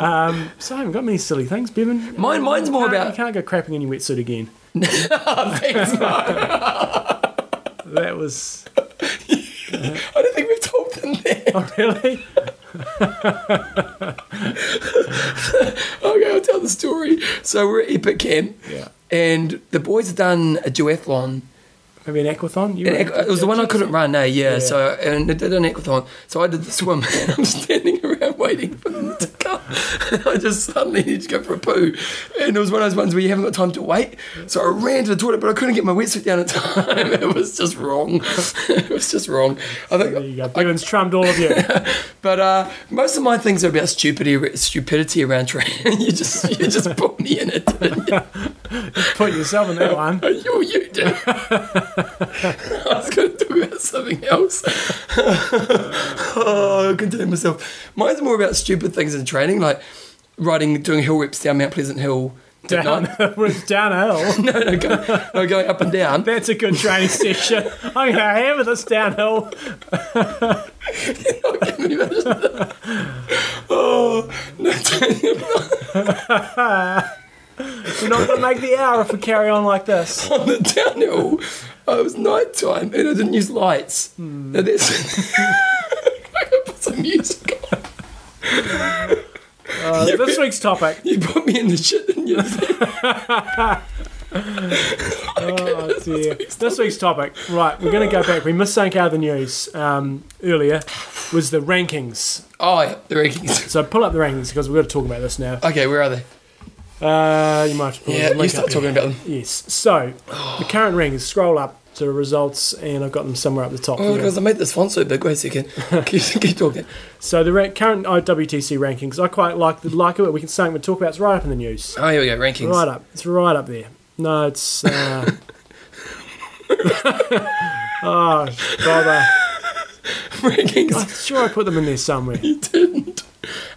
Um, so I haven't got many silly things, Bevan. Mine- mine's more Can't- about- you can't go crapping in your wetsuit again. Thanks, no. That was I don't think we've told them that. oh really. Okay, I'll tell the story. So we're at Epic Camp, Yeah. and the boys have done a duathlon Maybe an aquathon. You And were- ac- it was the one I couldn't run, eh? Yeah. Yeah. So and it did an aquathon. So I did the swim. and I'm standing around waiting for them to come. And I just suddenly needed to go for a poo, and it was one of those ones where you haven't got time to wait. So I ran to the toilet, but I couldn't get my wetsuit down in time. It was just wrong. it was just wrong. I think There you go. Bevan's trummed all of you. But uh, most of my things are about stupidity, stupidity around training. you just you just put me in it. didn't you? Put yourself in that one. You, you did. I was going to talk about something else. oh, I contain myself. Mine's more about stupid things in training, like riding, doing hill reps down Mount Pleasant Hill. at Down, night. when it's downhill. No, no, go, no, going up and down. That's a good training session. I'm going to hammer this downhill. oh, no, We're not going to make the hour if we carry on like this. on the downhill. Oh, it was night time and I didn't use lights. Now that's I could put some music on. Uh, this week's topic. You put me in the shit and you Oh dear. This week's topic. Right, we're going to go back. We missed something out of the news um, earlier. Was the rankings. Oh yeah, the rankings. So pull up the rankings because we've got to talk about this now. Okay, where are they? Uh, you might have to pull Yeah, the you link start up here. talking about them. Yes. So the current rankings. Scroll up to results, and I've got them somewhere up the top. Oh, here. because I made this font so big. Wait a second. keep, keep talking. So the ra- current WTC rankings, I quite like the like of it. We can something we talk about. It's right up in the news. Oh, here we go. Rankings. Right up. It's right up there. No, it's. Uh... oh, bother. I'm rankings. sure I put them in there somewhere. You didn't.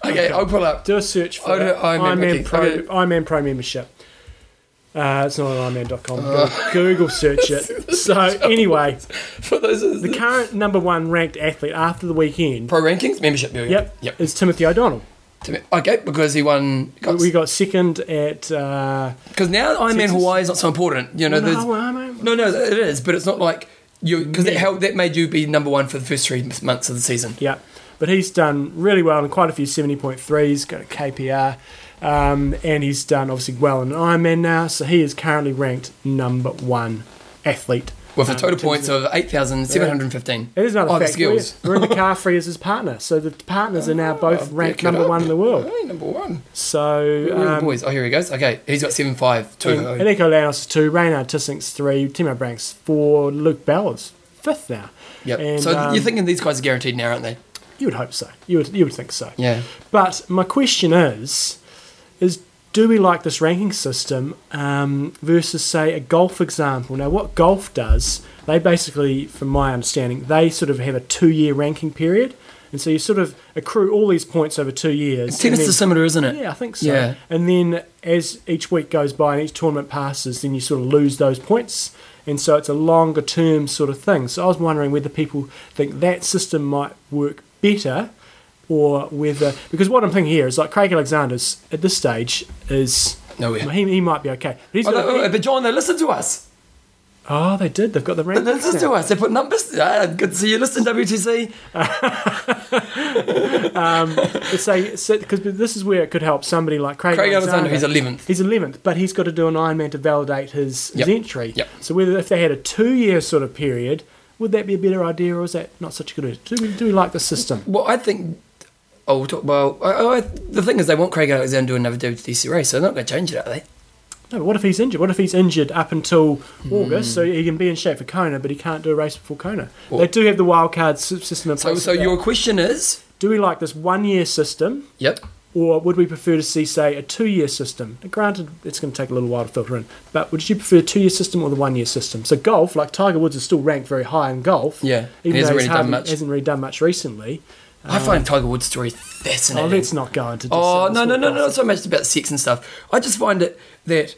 Okay, I'll pull up. Do a search for I don't- it. Iron Man Ironman rankings. Pro, Okay. Ironman Pro membership. Uh, it's not on Ironman.com. Uh. Google- Google search it. So anyway, For those the current number one ranked athlete after the weekend. pro rankings membership. Here we go. Yep, Yep. is Timothy O'Donnell. Okay, because he won. We got second at. Uh, Because now Iron Man Texas? Hawaii is not so important. You know, there's. no, Ironman. No, no, it is, but it's not like you because that helped. That made you be number one for the first three months of the season. Yeah, but he's done really well in quite a few 70.3s, got a KPR, um, and he's done obviously well in Ironman now, so he is currently ranked number one athlete. With a Um, total in terms points of eight thousand seven hundred fifteen. It is another oh, the fact. skills. Oh, We're, we're in the car free as his partner, so the partners are now both ranked Pick it number up. one in the world. Hey, number one. So, Real um, boys. Oh, here he goes. Okay, he's got seven five two. Oh. and, and Nico Lanos is two, Reynard Tissink's three, Timo Brank's four, Luke Bell is fifth now. yep. and, so um, you're thinking these guys are guaranteed now, aren't they? You would hope so. You would, you would think so. Yeah. But my question is, is do we like this ranking system um, versus, say, a golf example? Now, what golf does, they basically, from my understanding, they sort of have a two-year ranking period, and so you sort of accrue all these points over two years. and Tennis then- is similar, isn't it? yeah, I think so. Yeah. And then as each week goes by and each tournament passes, then you sort of lose those points. And so it's a longer term sort of thing. So I was wondering whether people think that system might work better or whether. Because what I'm thinking here is like Craig Alexander's at this stage is. No way. He, he might be okay. But he's Oh, got no, a- oh, but John, they listen to us. oh, they did. They've got the They rank. listen to us. They put numbers. Ah, good to see you. Listen, WTC. Because this is where it could help somebody like Craig, Craig Alexander, he's eleventh. He's eleventh, but he's got to do an Ironman to validate his, Yep. his entry. Yep. So whether if they had a two-year sort of period, would that be a better idea, or is that not such a good idea? Do we, do we like the system? Well, I think. Oh, we'll talk, well, I, I, the thing is, they want Craig Alexander to do another WTC race, so they're not going to change it, are they? No, but what if he's injured? What if he's injured up until August, so he can be in shape for Kona, but he can't do a race before Kona? Well- they do have the wild card sy- system in So, place. so for that. your question is, do we like this one-year system? yep, Or would we prefer to see, say, a two-year system? Now, Granted, it's going to take a little while to filter in, but would you prefer a two-year system or the one-year system? So golf, like Tiger Woods, is still ranked very high in golf. Yeah, he even hasn't though really he's done hardly, much. hasn't really done much recently. I find Tiger Woods' story Oh, fascinating. let's not go into. Oh this- no, this no, no, podcast. no, not so much about sex and stuff. I just find it that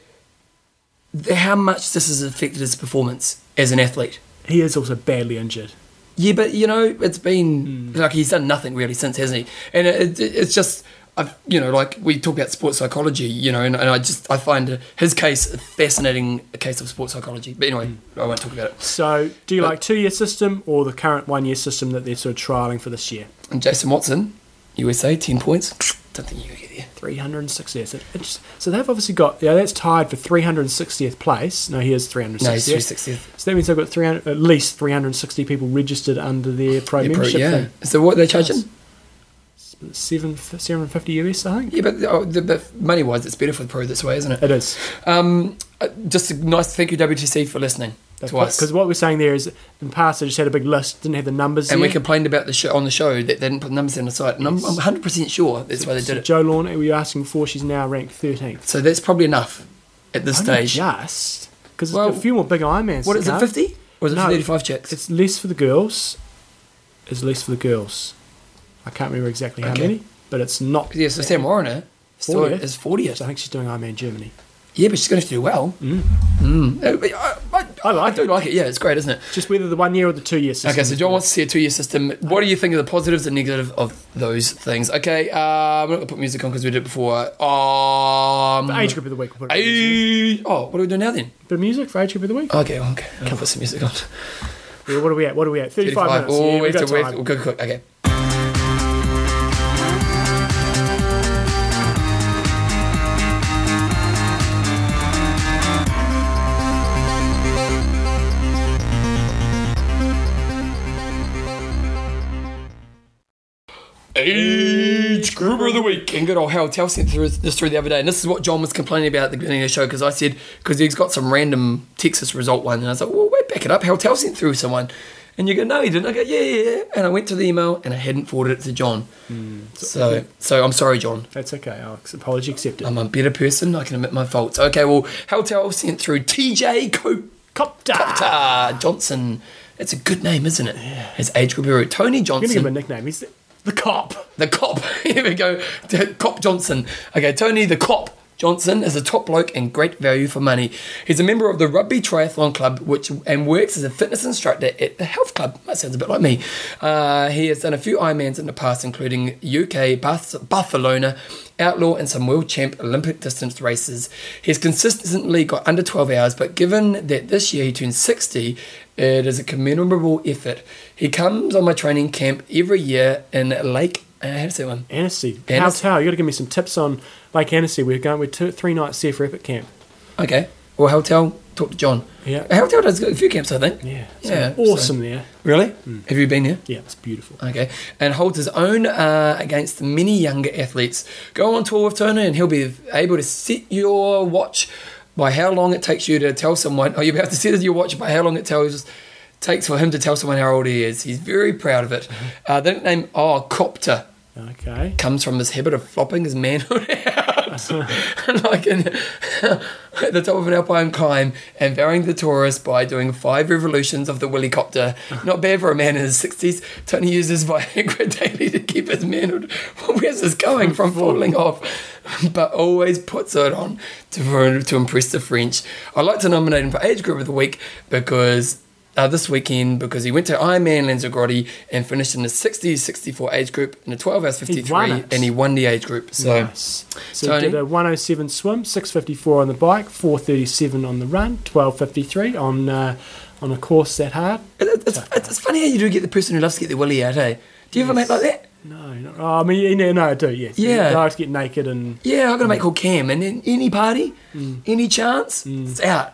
the, how much this has affected his performance as an athlete. He is also badly injured. Yeah, but you know, it's been like he's done nothing really since, hasn't he? And it, it, it's just, I've, you know, like we talk about sports psychology, you know, and, and I just I find his case a fascinating case of sports psychology. But anyway, I won't talk about it. So, do you But- like two-year system or the current one-year system that they're sort of trialing for this year? And Jason Watson, USA, 10 points. Don't think you can get there. 360th. It- it's- So they've obviously got, yeah, that's tied for 360th place. No, here's 360th. No, it's 360th. So that means they've got 300, at least 360 people registered under their pro Yeah, membership yeah. thing. So what they're charging? Seven, 750 US, I think. Yeah, but, oh, the, but money wise, it's better for the pro this way, isn't it? It is. Um, uh, just a nice thank you, WTC, for listening to us. Because what we're saying there is, in the past, they just had a big list, didn't have the numbers And there. we complained about the show on the show that they didn't put numbers in the site, and I'm, I'm 100 percent sure that's why they So did it. Joe Lorne, we were asking for, she's now ranked 13th. So that's probably enough at this Only stage. Just. Because Well, a few more big Ironmans. What to is it, come. 50 or is it No, 35 checks? It's less for the girls. It's less for the girls. I can't remember exactly how Okay. many, but it's not. yeah, so Sam Warner still 40th. is So 40th. I think she's doing Ironman Germany. Yeah, but she's going to have to do well. Mm. Mm. Uh, but I, I, I like I do it. like it. Yeah, it's great, isn't it? Just whether the one year or the two year system. Okay, so John wants to see a two-year system. What do you think of the positives and negative of those things? Okay, uh, we're not gonna put music on because we did it before. Um, The age group of the week. We'll put it in the music. age- Oh, what do we do now then? Bit of music for age group of the week. Okay, okay, I'll put some music on. Yeah, what are we at? What are we at? 35, minutes. Oh, yeah, we we've have got to wait. time. Good, good, good. Okay. Age group of the week. And good old Hal Tell sent through this through the other day. And this is what John was complaining about at the beginning of the show because I said, because he's got some random Texas result one. And I was like, well, wait, back it up. Hal Tell sent through someone. And you go, no, he didn't. I go, yeah, yeah, yeah. And I went to the email and I hadn't forwarded it to John. So, so I'm sorry, John. That's okay, Alex. Apology accepted. I'm a better person. I can admit my faults. Okay, well, Hal Tell sent through TJ Cope. Copter! I'm Copter Johnson. That's a good name, isn't it? His age group hero, Tony going to Johnson. give him a nickname. He's the, the cop. The cop. Here we go. T- Cop Johnson. Okay, Tony the cop. Johnson is a top bloke and great value for money. He's a member of the Rugby Triathlon Club, which and works as a fitness instructor at the health club. That sounds a bit like me. Uh, he has done a few Ironmans in the past, including UK, Bath- Barcelona, Outlaw, and some world champ Olympic distance races. He's consistently got under 12 hours, but given that this year he turned 60, it is a commendable effort. He comes on my training camp every year in Lake. Uh, how to say one? Annecy. How Annecy. Tao, you got to give me some tips on Lake Annecy. We're going with two, three nights there for Epic Camp. Okay. Well, Hotel, talk to John. Yeah. Hotel does a few camps, I think. Yeah. Hmm. It's Yeah, awesome there. Really? Have you been here? Yeah, it's beautiful. Okay. And holds his own uh, against many younger athletes. Go on tour with Turner and he'll be able to set your watch by how long it takes you to tell someone, or you'll be able to set your watch by how long it tells takes for him to tell someone how old he is. He's very proud of it. Mm-hmm. Uh, the nickname, oh, Copter. Okay. comes from this habit of flopping his manhood out, like in, at the top of an alpine climb, and varying the Taurus by doing five revolutions of the Willycopter. Not bad for a man in his 60s. Tony uses Viagra daily to keep his manhood. Where's this going from falling off? But always puts it on to, for, to impress the French. I'd like to nominate him for Age Group of the Week because uh, this weekend because he went to Ironman Lanzarote and finished in the 60 64 age group in the 12 hours 53 it. and he won the age group. So Nice. So Tony? he did a 107 swim, 654 on the bike, 437 on the run, 1253 on uh, on a course that hard. it- it- it's, it's, it's funny how you do get the person who loves to get their willy out, eh? Do you ever make like that? No, not, oh, I mean, yeah, no, I do, yes. Yeah. I like to get naked and Yeah, I've got a mate called Cam, and in any party, any chance, it's out.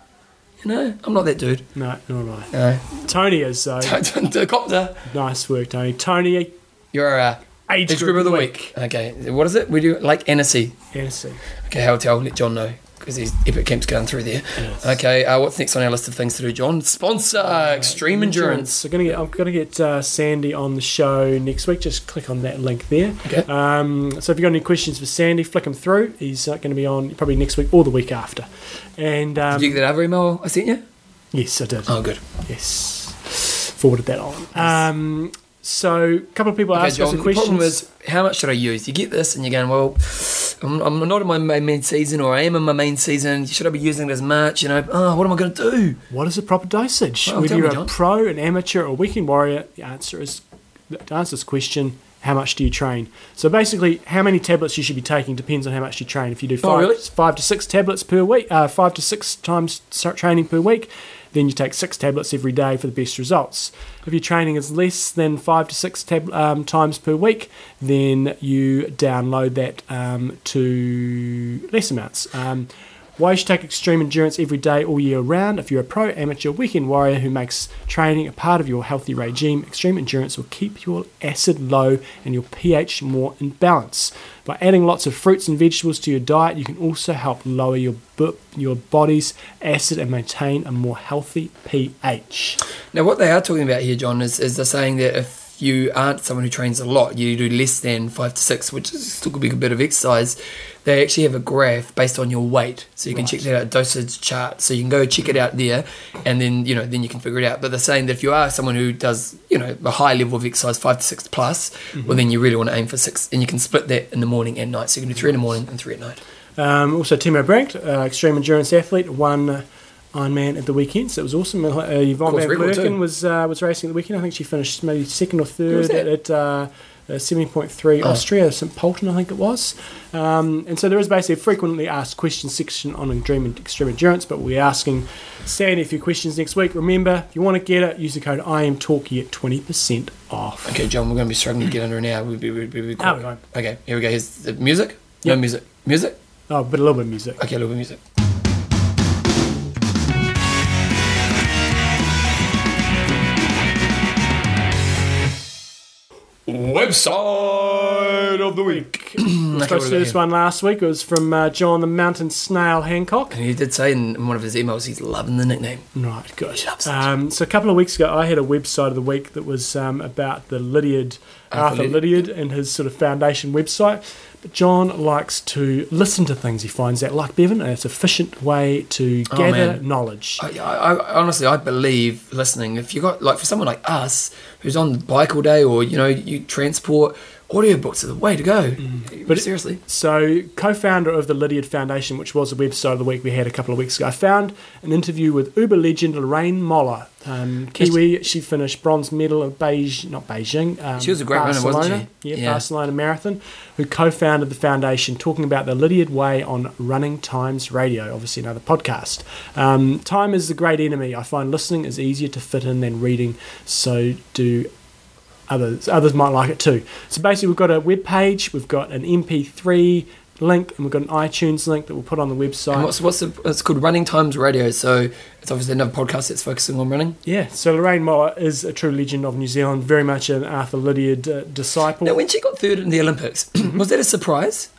You know, I'm not that dude. no, nor am I. No. Tony is, so the copter, nice work, Tony. Tony, age, you're a age group of the week. Okay, what is it? We do like Annecy. Hennessy. Okay, I'll tell let John know because his epic camp's going through there. Yes. Okay, uh, what's next on our list of things to do, John? Sponsor Extreme Endurance. So gonna get, I'm going to get uh, Sandy on the show next week. Just click on that link there. Okay. Um, so if you've got any questions for Sandy, flick him through. He's uh, going to be on probably next week or the week after. And um, Did you get that other email I sent you? yes, I did. Oh, good. Yes, forwarded that on. Um, so a couple of people Okay, asked us John. some The problem questions. is, how much should I use? You get this, and you're going, well, I'm, I'm not in my ma- main season, or I am in my main season. Should I be using it as much? You know, oh, what am I going to do? what is the proper dosage? Well, Whether tell me, you're a John. pro, an amateur, or weekend warrior, the answer is to answer this question. How much do you train? So basically, how many tablets you should be taking depends on how much you train. If you do five, Oh, really? five to six tablets per week, uh, five to six times s- training per week, Then you take six tablets every day for the best results. If your training is less than five to six tab- um, times per week, then you download that um, to less amounts. Um, why you should take extreme endurance every day all year round. If you're a pro, amateur, weekend warrior who makes training a part of your healthy regime, extreme endurance will keep your acid low and your pH more in balance. By adding lots of fruits and vegetables to your diet, you can also help lower your bu- your body's acid and maintain a more healthy pH. Now, what they are talking about here, John, is, is they're saying that if you aren't someone who trains a lot, you do less than five to six, which is still could be a bit of exercise. They actually have a graph based on your weight, so you can check that out dosage chart. So you can go check it out there, and then you know then you can figure it out. But they're saying that if you are someone who does you know a high level of exercise, five to six plus, well then you really want to aim for six, and you can split that in the morning and night. So you can do three in the morning and three at night. Um, also, Timo Brandt, uh, extreme endurance athlete, won Ironman at the weekend, so it was awesome. And, Uh, Yvonne Course Van record, Vleuten too. was uh, was racing at the weekend. I think she finished maybe second or was third that? at, at uh, uh, 70.3 Oh. Austria, St. Polten, I think it was. Um, and so there is basically a frequently asked questions section on extreme, extreme endurance, but we're asking Sandy a few questions next week. Remember, if you want to get it, use the code IAMTalk, you get 20% off. Okay, John, we're going to be struggling to get under an hour. We'll be, we'll be, we'll be No, quick. we won't. Okay, here we go. Here's the music. No Yep. music. Music. Oh, but a little bit of music. Okay, a little bit of music. Website of the week. We were Okay, what supposed to about do this you? one last week. It was from uh, John the Mountain Snail Hancock. And he did say in in one of his emails he's loving the nickname. Right, good. loves it. Um, so a couple of weeks ago, I had a website of the week that was um, about the Lydiard, Arthur Arthur Lydiard, and his sort of foundation website. But John likes to listen to things. He finds that, like Bevan, and it's an efficient way to Oh, gather man. knowledge. I, I, I honestly, I believe listening. If you got like for someone like us who's on the bike all day, or you know, you transport, audiobooks are the way to go. Mm. But it- seriously, So, co-founder of the Lydiard Foundation, which was the website of the week we had a couple of weeks ago, I found an interview with Uber legend Lorraine Moller, um, Kiwi. She finished bronze medal at Beijing, not Beijing. Um, She was a great runner, wasn't Barcelona, she? Yeah, Yeah. Barcelona Marathon. Who co-founded the foundation, talking about the Lydiard way on Running Times Radio, obviously another podcast. Um, time is the great enemy. I find listening is easier to fit in than reading. So do others others might like it too. So basically, we've got a web page, we've got an MP3 link, and we've got an iTunes link that we'll put on the And website. what's what's the, it's called Running Times Radio. So it's obviously another podcast that's focusing on running. yeah, so Lorraine Moore is a true legend of New Zealand, very much an Arthur Lydiard uh, disciple. Now, when she got third in the Olympics, was that a surprise?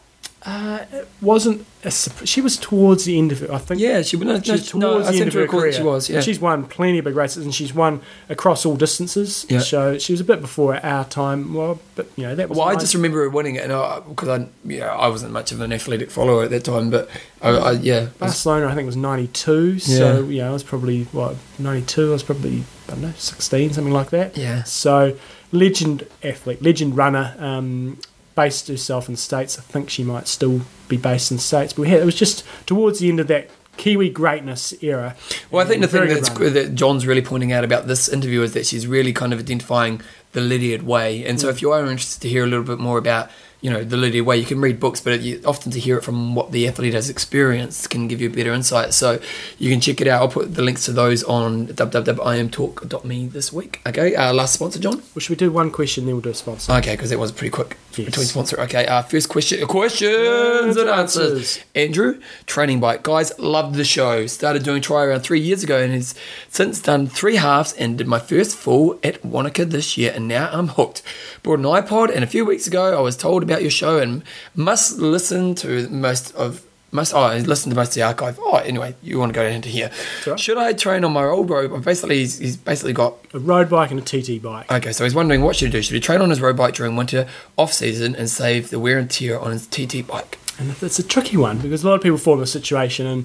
uh, it wasn't a, sup- she was towards the end of it, I think. Yeah, she no, no, She's no, towards I the seem end of to her recall career. that she was. Yeah, She's won plenty of big races, and she's won across all distances. Yeah. So she was a bit before our time. Well, but you know that was. well, I nice. just remember her winning it, and because I, yeah, I wasn't much of an athletic follower at that time, but I, I yeah, I was- Barcelona, I think, was 92. So, yeah, I was probably, what, 92? I was probably, I don't know, 16, something like that. yeah. So, legend athlete, legend runner, um, based herself in the States. I think she might still be based in the States. But we had, it was just towards the end of that Kiwi greatness era. Well, I think the thing Very good that's, runner. that John's really pointing out about this interview is that she's really kind of identifying the Lydiard way. And so, if you are interested to hear a little bit more about, you know, the Lydiard way, you can read books, but you, often to hear it from what the athlete has experienced can give you better insight. So, you can check it out. I'll put the links to those on www.imtalk.me this week. Okay, uh, last sponsor, John. Well, should we do one question, then we'll do a sponsor? Okay, because that was pretty quick Yes. between sponsor. Okay, uh, first question, questions and answers. answers. Andrew, training bike guys, loved the show. Started doing try around three years ago, and has since done three halves and did my first full at Wanaka this year. And now I'm hooked. Bought an iPod, and a few weeks ago I was told about your show and must listen to most of. Most, oh, I listened to most of the archive. Oh, anyway, you want to go down to here. all right. Should I train on my old road? Basically, he's, he's basically got A road bike and a TT bike. Okay, so he's wondering what should he do? Should he train on his road bike during winter off season and save the wear and tear on his TT bike? And that's a tricky one because a lot of people fall in this situation. And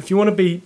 if you want to be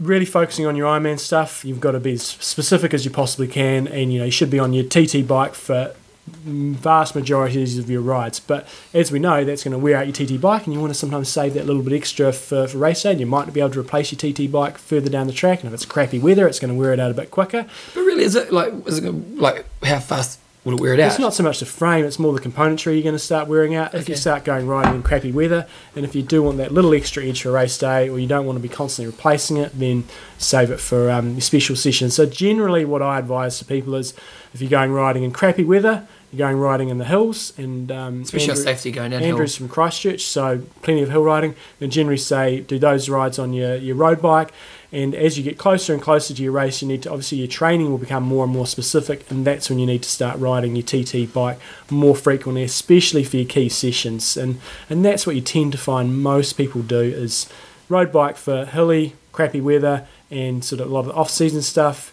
really focusing on your Ironman stuff, you've got to be as specific as you possibly can. And you know, you should be on your TT bike for vast majorities of your rides. But as we know, that's going to wear out your TT bike, and you want to sometimes save that little bit extra for, for race day. And you might not be able to replace your TT bike further down the track. And if it's crappy weather, it's going to wear it out a bit quicker. But really, is it like is it like how fast Will it wear it out? It's not so much the frame, it's more the componentry you're going to start wearing out if Okay. you start going riding in crappy weather. And if you do want that little extra edge for race day or you don't want to be constantly replacing it, then save it for um, your special sessions. So, generally, what I advise to people is if you're going riding in crappy weather, you're going riding in the hills, and um, Especially on Andrew- safety going downhill. Andrew's from Christchurch, so plenty of hill riding. And generally say do those rides on your, your road bike. And as you get closer and closer to your race, you need to obviously your training will become more and more specific, and that's when you need to start riding your TT bike more frequently, especially for your key sessions. And and that's what you tend to find most people do is road bike for hilly, crappy weather, and sort of a lot of the off season stuff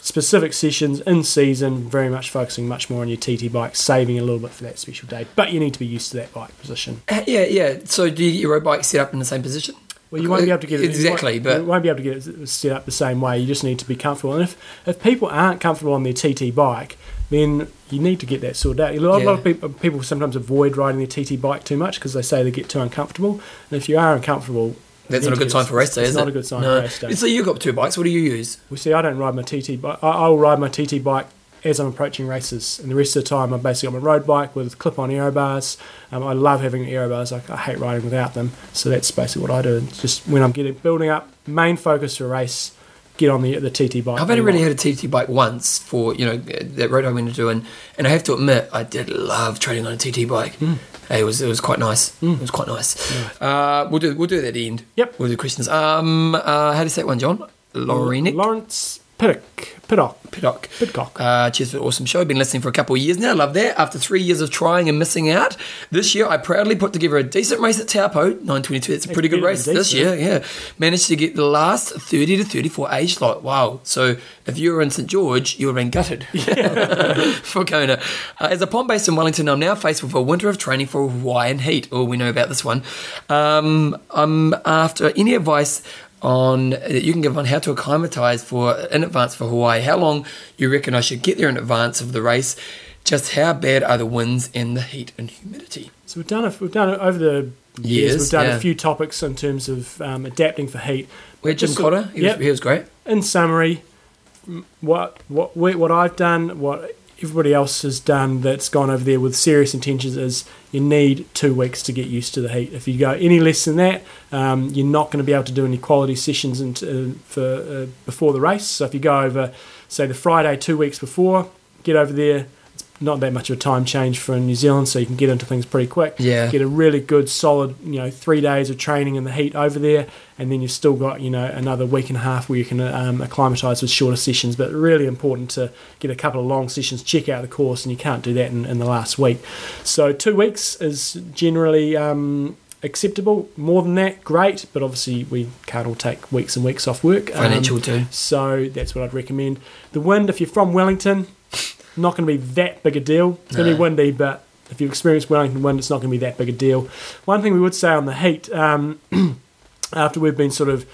specific sessions in season, very much focusing much more on your TT bike, saving a little bit for that special day. But you need to be used to that bike position. Uh, Yeah, yeah. So do you get your road bike set up in the same position? Well, you won't be able to get it exactly, you won't, but you won't be able to get it set up the same way. You just need to be comfortable. And if if people aren't comfortable on their TT bike, then you need to get that sorted out. A lot, a lot of Yeah. people, people sometimes avoid riding their TT bike too much because they say they get too uncomfortable. And if you are uncomfortable, that's you not a need to good get- sign for race day, it's is not it? a good sign no. for race day. So you've got two bikes. What do you use? Well, see, I don't ride my TT bike. I, I'll ride my TT bike as I'm approaching races, and the rest of the time I'm basically on my road bike with clip-on aero bars. Um, I love having aero bars. I, I hate riding without them. So that's basically what I do. It's just when I'm getting building up, main focus for a race, get on the the TT bike. I've and only really ride. had a TT bike once for you know that road I went to do, and, and I have to admit I did love training on a TT bike. It was it was quite nice. It was quite nice. Uh, we'll do we'll do that at the end. Yep. We'll do questions. Um, uh, how to say that one, John? Lorenic Lawrence Pittock. Pittock. Piddock. Pitcock. Uh, cheers for an awesome show. Been listening for a couple of years now. Love that. After three years of trying and missing out, this year I proudly put together a decent race at Taupo, 922. That's a pretty good better race than this year. Yeah. decent. Managed to get the last 30 to 34 age slot. Wow. So if you were in St. George, you would have been gutted for Kona. Uh, as a pond based in Wellington, I'm now faced with a winter of training for Hawaiian heat. Oh, we know about this one. Um, I'm after any advice on that you can give on how to acclimatise for in advance for Hawaii. How long you reckon I should get there in advance of the race? Just how bad are the winds and the heat and humidity? So we've done a, we've done a, over the years, Years, we've done yeah. a few topics in terms of um, adapting for heat. We had Jim Just- Cotter. He, Yep. was, he was great. in summary, m- what what we, what I've done, what everybody else has done that's gone over there with serious intentions is you need two weeks to get used to the heat. If you go any less than that, um, you're not going to be able to do any quality sessions and uh, for uh, before the race. So if you go over, say the Friday two weeks before, get over there. It's not that much of a time change for New Zealand, so you can get into things pretty quick Yeah. get a really good solid you know three days of training in the heat over there and then you've still got you know another week and a half where you can um, acclimatise with shorter sessions but really important to get a couple of long sessions check out the course and you can't do that in, in the last week so two weeks is generally um, acceptable more than that great but obviously we can't all take weeks and weeks off work Um, Financial too. so that's what I'd recommend. The wind, if you're from Wellington, not going to be that big a deal. It's going to No. be windy, but if you've experienced Wellington wind, it's not going to be that big a deal. One thing we would say on the heat, um, after we've been sort of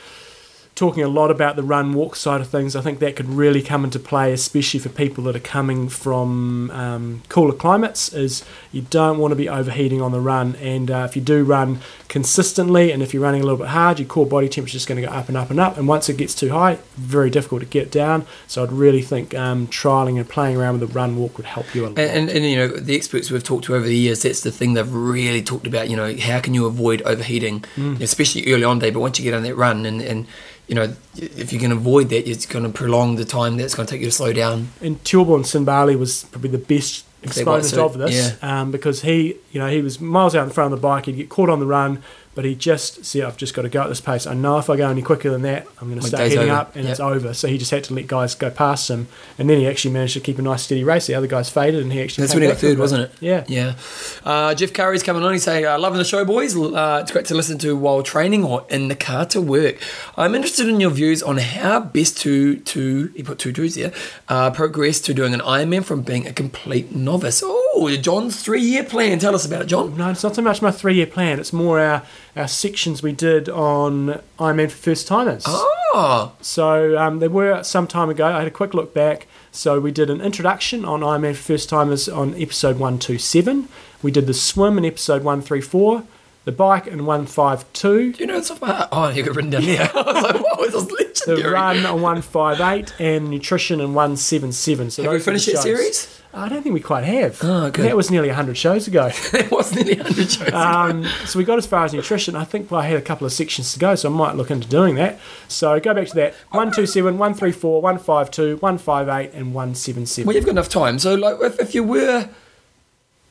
talking a lot about the run walk side of things, I think that could really come into play, especially for people that are coming from um, cooler climates. Is you don't want to be overheating on the run, and uh, if you do run consistently, and if you're running a little bit hard, your core body temperature is going to go up and up and up. And once it gets too high, very difficult to get down. So I'd really think um, trialing and playing around with the run walk would help you a lot. And, and, and you know the experts we've talked to over the years, that's the thing they've really talked about. You know how can you avoid overheating, Mm. especially early on day. But once you get on that run, and, and you know if you can avoid that, it's going to prolong the time that's going to take you to slow down. and Tilbo and Sinbali was probably the best They were, exponent so- of this um, because he, you know, he was miles out in front of the bike. He'd get caught on the run, but he just said, "I've just got to go at this pace. I know if I go any quicker than that, I'm going My to start day's heading over." up, and Yep. it's over." So he just had to let guys go past him, and then he actually managed to keep a nice steady race. The other guys faded, and he actually That's came when he back got for a third, bit. wasn't it? Yeah. Yeah. Uh, Jeff Curry's coming on. He's saying, uh, loving the show, boys. L- Uh, it's great to listen to while training or in the car to work. I'm interested in your views on how best to, to he put two twos here, uh, progress to doing an Ironman from being a complete novice. Oh, John's three-year plan. Tell us about it, John. No, it's not so much my three year plan. It's more our, our sections we did on Ironman for first timers. Oh, So um, there were some time ago. I had a quick look back. So we did an introduction on Ironman for first timers on episode one two seven. We did the swim in episode one three four. the bike in 152. Do you know it's off my heart? Oh, you got written down there. I was like, whoa, this is The legendary. run on 158 and nutrition in 177. So Have we those are the finished that shows. series? I don't think we quite have. Oh, good. That was nearly 100 shows ago. it was nearly 100 shows. Um, so we got as far as nutrition. I think I had a couple of sections to go, so I might look into doing that. So go back to that 127, 134, 152, 158, and 177. well, you've got enough time. So, like, if, if you were,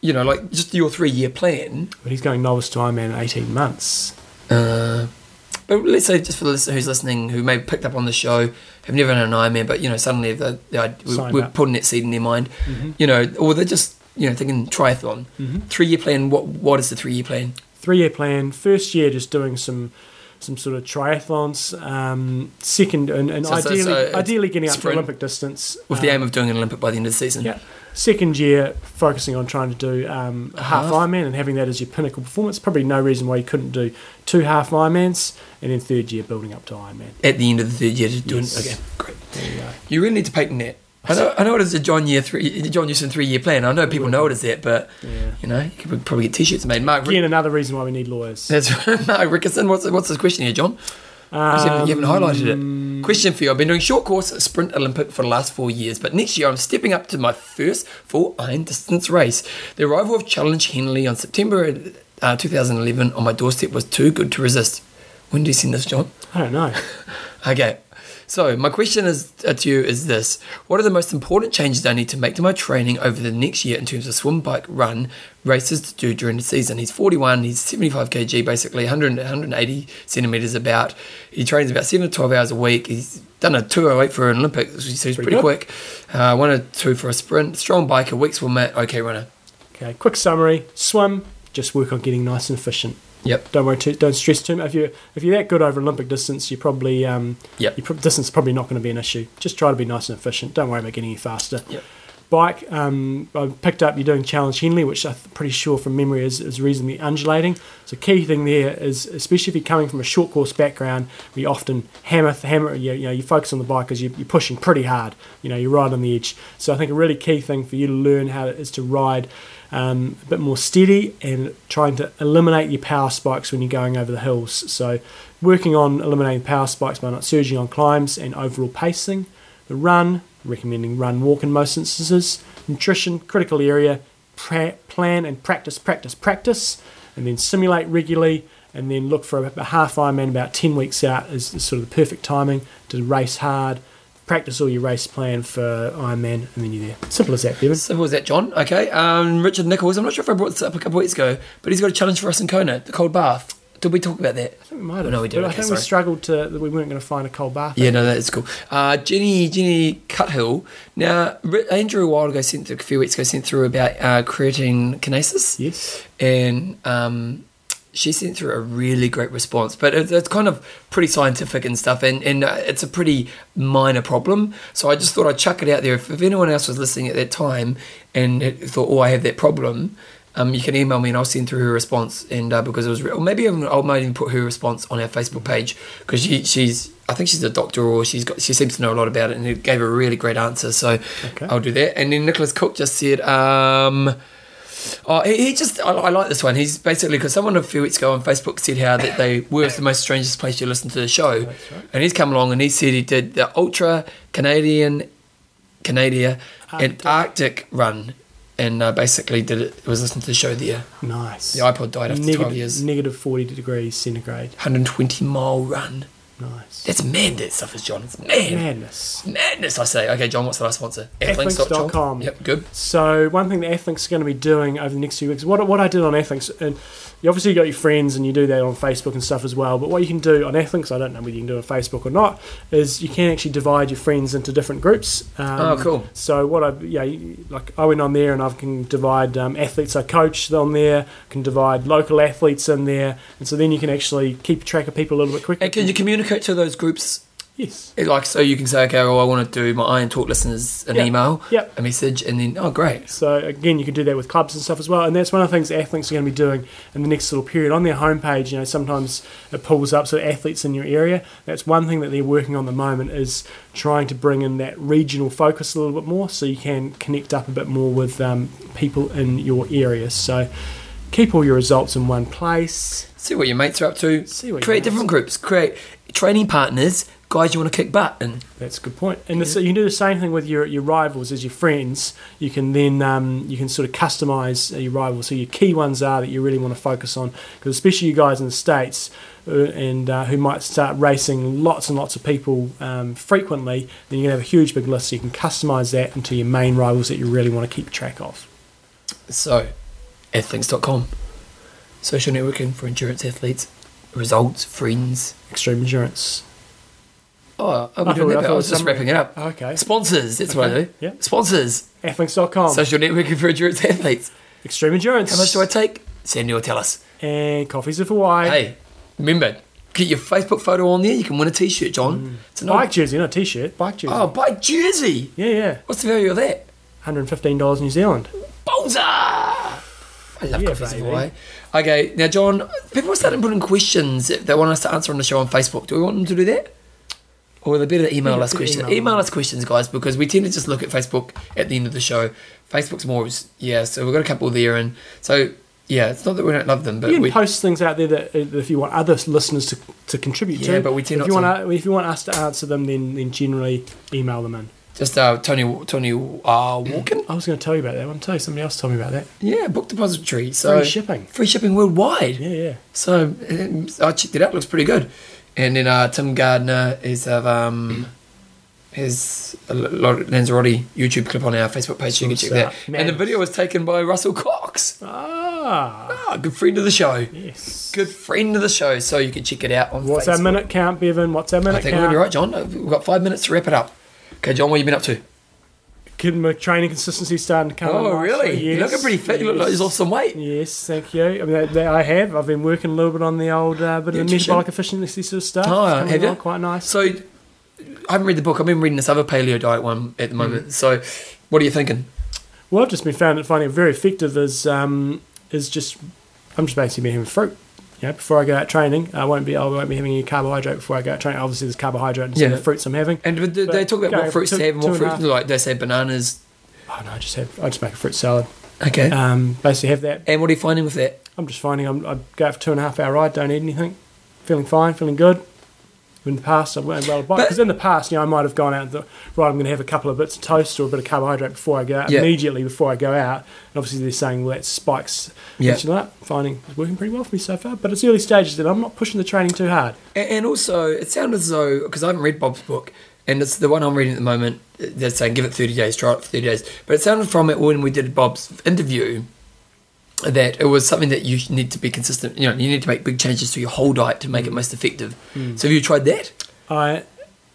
you know, like, just your three year plan, But he's going novice to Ironman in 18 months. Uh, but let's say just for the listener who's listening, who may have picked up on the show, have never done an Ironman, but you know suddenly the, the, id- we're, Signed we're up. Mm-hmm. putting that seed in their mind, you know, or they're just you know thinking triathlon, three year plan. What what is the three year plan? Three year plan. First year, just doing some. Some sort of triathlons. Um, second, and, and So- so- ideally, so it's ideally getting up to sprint Olympic distance With the Um, aim of doing an Olympic by the end of the season. Yeah. Second year, focusing on trying to do um, a half half? Ironman and having that as your pinnacle performance. Probably no reason why you couldn't do two half Ironmans. And then third year, building up to Ironman. At the end of the third year, to do Yes. an, okay, great. There you go. You really need to patent that. I know, I know it is a John year three, John Newson three year plan. I know people know it as that, but Yeah. you know you could probably get t-shirts made. Mark, Rick, Again, another reason why we need lawyers. that's Mark Rickerson. What's what's this question here, John? you haven't- you haven't highlighted it. Um, Question for you. I've been doing short course at Sprint Olympic for the last four years, but next year I'm stepping up to my first full iron distance race. The arrival of Challenge Henley on September uh, 2011 on my doorstep was too good to resist. When did you send this, John? I don't know. Okay. So my question is uh, to you is this: What are the most important changes I need to make to my training over the next year in terms of swim, bike, run races to do during the season? He's 41. He's 75 kg, basically 100, 180 centimeters. About he trains about seven to 12 hours a week. He's done a 208 for an Olympics, which he's pretty, good. quick. Uh, one or two for a sprint. Strong biker, weak swimmer, okay runner. Okay, quick summary. Swim. Just work on getting nice and efficient. Yep. Don't worry. Too, don't stress too much. If you if you're that good over Olympic distance, you probably um Yep. your pro- distance is probably not going to be an issue. Just try to be nice and efficient. Don't worry about getting any faster. Yep. Bike. Um, I picked up you're doing Challenge Henley, which I'm pretty sure from memory is, is reasonably undulating. So key thing there is, especially if you're coming from a short course background, we often hammer hammer. You, you know, you focus on the bike because you, you're pushing pretty hard. You know, you're right on the edge. So I think a really key thing for you to learn how to, is to ride um, a bit more steady and trying to eliminate your power spikes when you're going over the hills. So, working on eliminating power spikes by not surging on climbs and overall pacing. The run, recommending run walk in most instances. Nutrition, critical area, pra- plan and practice, practice, practice. And then simulate regularly. And then look for a, a half Ironman about 10 weeks out is sort of the perfect timing to race hard. Practice all your race plan for Ironman, and then you're there. Simple as that, Bevan. So what was that, John? Okay. Um, Richard Nichols. I'm not sure if I brought this up a couple of weeks ago, but he's got a challenge for us in Kona, the cold bath. Did we talk about that? I think we might have. No, we did. But I Okay, think sorry. we struggled to that we weren't going to find a cold bath. Yeah, no, that's cool. Uh, Jenny Jenny Cuthill. Now, Ri- Andrew a while ago sent through, a few weeks ago sent through about uh, creatine kinases, Yes. and um, she sent through a really great response. But it's, it's kind of pretty scientific and stuff, and and uh, it's a pretty minor problem. So I just thought I'd chuck it out there. If, if anyone else was listening at that time and had thought, oh, I have that problem. Um, you can email me and I'll send through her response. And uh, because it was, re- or maybe even, I might even put her response on our Facebook page because she, she's, I think she's a doctor or she's got, she seems to know a lot about it and it gave a really great answer. So Okay. I'll do that. And then Nicholas Cook just said, um, Oh, he, he just, I, I like this one. He's basically, because someone a few weeks ago on Facebook said how that they were the most strangest place you listen to the show. And he's come along and he said he did the Ultra Canadian, Canada, and Arctic run. And uh, basically did it, was listening to the show there. Nice. The iPod died after 12 Negative- years. negative 40 degrees centigrade. 120 mile run. Nice. That's mad, that stuff is, John. It's mad. Madness. Madness, I say. Okay, John, what's the last sponsor? Athlinks dot John. com. Yep, good. So one thing that Athlinks are going to be doing over the next few weeks, what, what I did on Athlinks, and you obviously got your friends and you do that on Facebook and stuff as well, but what you can do on Athlinks, I don't know whether you can do it on Facebook or not, is you can actually divide your friends into different groups. Um, Oh, cool. So what I yeah you- like I went on there and I can divide um, athletes I coach on there, can divide local athletes in there, and so then you can actually keep track of people a little bit quicker. And can you communicate to those groups yes. It, like so you can say okay well i want to do my iron talk listeners an Yeah. email Yep. a message and then oh great So again, you can do that with clubs and stuff as well, and that's one of the things athletes are going to be doing in the next little period on their homepage. You know, sometimes it pulls up so athletes in your area. That's one thing that they're working on at the moment is trying to bring in that regional focus a little bit more, so you can connect up a bit more with um, people in your area. So Keep all your results in one place. See what your mates are up to. See what your create mates- different groups. Create training partners, guys you want to kick butt in. That's a good point. And this, you can do the same thing with your, your rivals as your friends. You can then um, you can sort of customize your rivals. So your key ones are that you really want to focus on, because especially you guys in the states uh, and uh, who might start racing lots and lots of people um, frequently, then you're gonna have a huge big list. So you can customize that into your main rivals that you really want to keep track of. So, athlinks.com. Social networking for endurance athletes, results, friends. Extreme endurance. Oh, I'm I doing thought- that. I but I, thought was just somebody- wrapping it up. Okay. Sponsors. That's what I do. Okay, yeah. Oh. Sponsors. Athlinks.com. Social networking for endurance athletes. Extreme endurance. How much do I take? Send you or tell us. and coffees of Hawaii. Hey, remember, get your Facebook photo on there. You can win a T-shirt, John. Mm. It's an Bike jersey, not a t-shirt. Bike jersey. Oh, bike jersey. Yeah, yeah. What's the value of that? $115 New Zealand. Bolza! I love Yeah, coffees of baby. Hawaii. Okay, now John, people are starting putting questions that they want us to answer on the show on Facebook. Do we want them to do that? Or are they better email Yeah, us better questions? Email, email them. us questions, guys, because we tend to just look at Facebook at the end of the show. Facebook's more, yeah. So we've got a couple there, and so yeah, it's not that we don't love them, but You can we, post things out there that that if you want other listeners to, to contribute to. Yeah, but we tend not if you want if you want us to answer them, then then generally email them in. just uh, Tony Tony uh, Walken. I was going to tell you about that one too. Somebody else told me about that. Yeah, book depository. So Free shipping. Free shipping worldwide. Yeah, yeah. So um, I checked it out. Looks pretty good. And then uh, Tim Gardner is of um, his a lot of Lanzarote YouTube clip on our Facebook page. You can check Sounds, that. And uh, the madness. video was taken by Russell Cox. Ah, Ah, good friend of the show. yes. Good friend of the show. So you can check it out on What's Facebook. our minute count, Bevan? What's our minute I think we're gonna count? be right, John. Uh, We've got five minutes to wrap it up. Okay, John, what have you been up to? Good, my training consistency starting to come. in Oh, nicely. really? Yes, You're looking pretty fit. You look like yes. you've lost some weight. Yes, thank you. I mean, that, that I have. I've been working a little bit on the old uh, bit of the Nutrition. metabolic efficiency sort of stuff. Oh, It's have coming you? on Quite nice. So I haven't read the book. I've been reading this other paleo diet one at the Mm. moment. So what are you thinking? Well, I've just been found finding it very effective is um, is just I'm just basically been having fruit. You know, before I go out training, I won't be I won't be having any carbohydrate before I go out training. Obviously, there's carbohydrate in some Yeah. of the fruits I'm having. And did they But talk about go what fruits two- to have and what two and a fruits half. like. They say bananas. Oh no, I just have I just make a fruit salad. Okay. Um, basically have that. and what are you finding with that? I'm just finding I'm, I go out for two and a half hour ride, don't eat anything, feeling fine, feeling good. In the past, I went well a bike But- because in the past, you know, I might have gone out. The, right, I'm going to have a couple of bits of toast or a bit of carbohydrate before I go out Yeah. immediately before I go out. And obviously, they're saying well, that spikes. Yeah. which, you know, finding it's working pretty well for me so far. But it's early stages, and I'm not pushing the training too hard. And, and also, it sounded as though because I haven't read Bob's book, and it's the one I'm reading at the moment. They're saying give it 30 days, try it for 30 days. But it sounded from it when we did Bob's interview that it was something that you need to be consistent. You know, you need to make big changes to your whole diet to Mm. make it most effective. So have you tried that? I,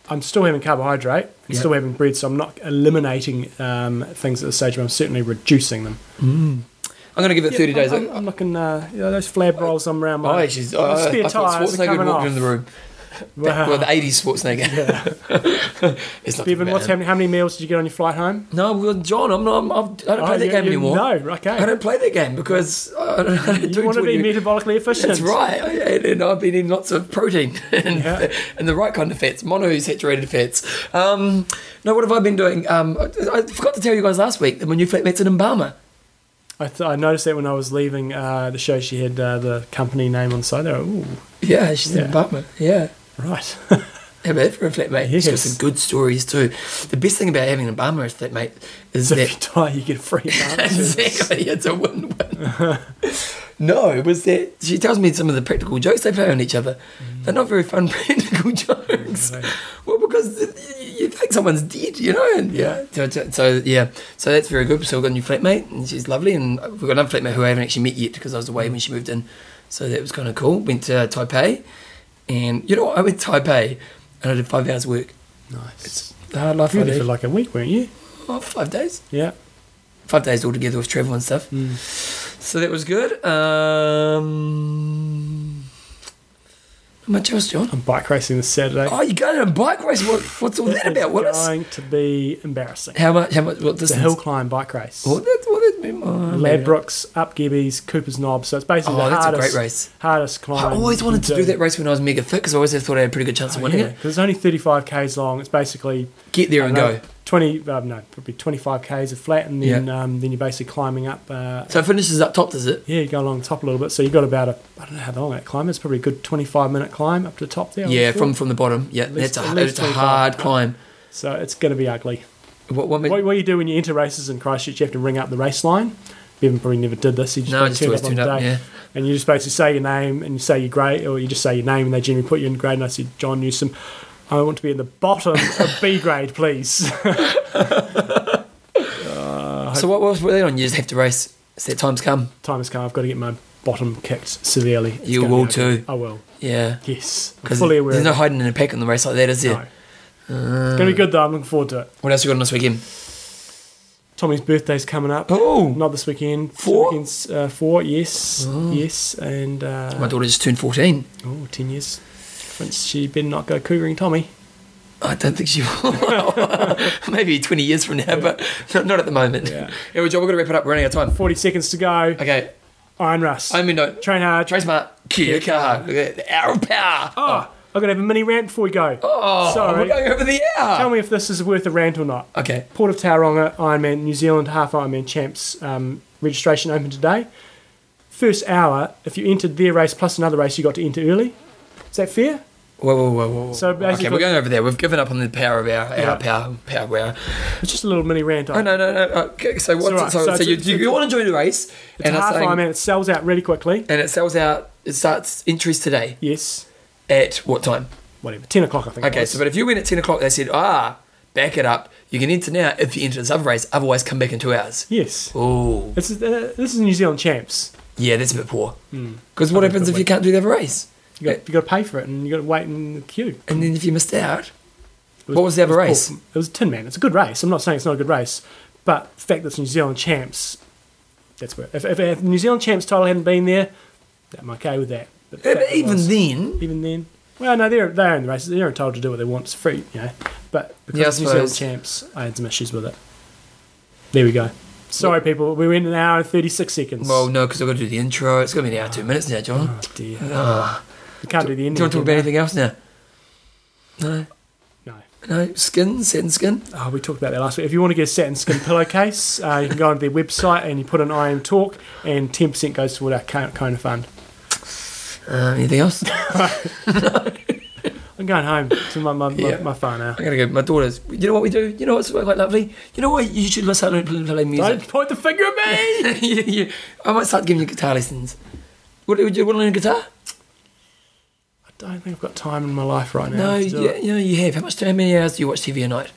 I'm still having carbohydrate. I'm Yeah. still having bread, so I'm not eliminating um, things at the stage, but I'm certainly reducing them. I'm going to give it 30 Yeah, days. I'm, I'm, I'm looking. Uh, you know, those flab rolls I'm around. Oh, My, she's. my Oh, spare I thought tires are Schwarzenegger coming walked off. in the room. Wow. Well, the 80s Schwarzenegger. it's not Bevan, about what's him. happening? How many meals did you get on your flight home? Oh, No, well, John, I'm not. I'm, I'm, I am not i am i do not play that you- game you- anymore. No, okay. I don't play that game because I don't, I don't you do want to be 20 metabolically efficient. That's right. I- And, and I've been eating lots of protein and, Yeah. and the right kind of fats, monosaturated fats. Um, no, what have I been doing? Um, I, I forgot to tell you guys last week that my new flatmate's an embalmer. I, th- I noticed that when I was leaving uh, the show, she had uh, the company name on the side there. Ooh, Yeah, she's Yeah. an embalmer. Yeah. right. How about that for a flatmate? She's got Yes. some good stories too. The best thing about having an embalmer as flatmate is so that if you die, you get a free answer. exactly. oh, It's a win win. no, it was that she tells me some of the practical jokes they play on each other. Mm. They're not very fun practical jokes. Well, because y- y- you think someone's dead, you know? And Yeah. So, so- so, yeah. So that's very good. So we've got a new flatmate and she's lovely. And we've got another flatmate who I haven't actually met yet because I was away Mm. when she moved in. So that was kind of cool. Went to uh, Taipei. And you know what? I went to Taipei and I did five hours work. nice. The hard life You I were there for did. like a week, weren't you? Oh, five days. Yeah. Five days altogether with travel and stuff. Mm. So that was good. Um, how much else, John? I'm bike racing this Saturday. Oh, you going on a bike race? What, what's all that It's about, Willis? going to be embarrassing. How much? How much? What It's a distance? hill climb bike race. Well, that, well, that Ladbrokes, Up Gebbies, Cooper's Knob. So it's basically Oh, the that's a hardest, great race. hardest climb. I always you wanted can Oh, to do that race when I was mega fit because I always thought I had a pretty good chance of winning Yeah, it. 'cause it's only 35 k's long. It's basically Get there and I don't know, go. 20, um, no, probably 25 k's of flat, and then um, then you're basically climbing up. Uh, So it finishes up top, does it? yeah, you go along the top a little bit. So you've got about a, I don't know how long that climb is, probably a good 25 minute climb up to the top there. I would Yeah, have from thought. from the bottom. Yeah, least- that's a at least it's a 25. hard climb. So it's going to be ugly. What, what, made- What, what you do when you enter races in Christchurch, you have to ring up the race line. Bevan probably never did this. He just, No, probably just turned always up on turned the up, day. yeah. And you just basically say your name and you say your grade, or you just say your name and they generally put you in grade. And I said, John Newsom, I want to be in the bottom of B grade, please. so what was what they on? You just have to race. It's that time's come. Time has come. I've got to get my bottom kicked severely. It's You gonna will be ugly. too. I will. Yeah, Yes. I'm because fully aware. there's no of it. hiding in a pack in the race like that, is there? No. It's going to be good though. I'm looking forward to it. What else you got on this weekend? Tommy's birthday's coming up. Oh, Not this weekend. Two Four? Oh. Weekends, uh, four, yes. Yes. And. Uh, my daughter just turned 14. Oh, 10 years. Difference. She better not go cougering Tommy. I don't think she will. Maybe 20 years from now, but not, not at the moment. Yeah. Anyway, John, we're going to wrap it up. We're running out of time. 40 seconds to go. Okay, Iron Rust. I mean, no. Train hard. Trace Mart, Kia Kaha. Look at that, the hour of power. oh, I'm going to have a mini rant before we go. Ah, Oh, we're sorry. going over the hour. Tell me if this is worth a rant or not. Okay. Port of Tauranga Ironman New Zealand Half Ironman Champs um, registration open today. First hour, if you entered their race plus another race, you got to enter early. Is that fair? Whoa, whoa, whoa, whoa. whoa. So basically- okay, we're going over there. We've given up on the power of our, Yeah. our power, power, hour. It's just a little mini rant. Oh no, no, no. Okay, so what's alright. so, So so, it's- you, it's- you, it's- want to join the race It's a it's half saying, Ironman. It sells out really quickly. and it sells out. It starts entries today Yes. at what time? Whatever. 10 o'clock, I think. it Okay, was. so but if you went at ten o'clock, they said ah, back it up. You can enter now if you enter this other race. Otherwise, come back in two hours. Yes. Oh, It's, uh, this is New Zealand Champs. yeah, that's a bit poor. Hmm. Because what happens if you can't do the other race? You got, you got to pay for it, and you got to wait in the queue. And then if you missed out, It What was the it other race? awful. It was Tin Man. It's a good race. I'm not saying it's not a good race, but the fact that it's New Zealand champs, that's where. If, if, if New Zealand champs title hadn't been there, I'm okay with that. But the Yeah, fact but that it even was- then, even then, well, no, they're they're in the races. They're entitled to do what they want. It's free, you know. But because Yeah, I it's New Zealand suppose. champs, I had some issues with it. There we go. Sorry, people. We went an hour and 36 seconds. well, no, because I've got to do the intro. It's going to be an hour, two minutes now, John. oh, dear. Ah. we can't do the do you end. want to talk about anything else now? No, No. no, skin, set and skin. Oh, we talked about that last week. If you want to get a satin skin pillowcase, uh, you can go onto their website and you put in I am talk, and ten percent goes toward our Kona Kona fund. Uh, anything else? I'm going home to my my, Yeah. my, my phone now. I'm gonna go. My daughter's. You know what we do? You know what's quite lovely? You know what? You should listen to play, play Don't music. point the finger at me. yeah, yeah. I might start giving you guitar lessons. What do you, do you want to learn guitar? I don't think I've got time in my life right now. no, to do yeah, it. you know you have. How much? How many hours do you watch TV a night?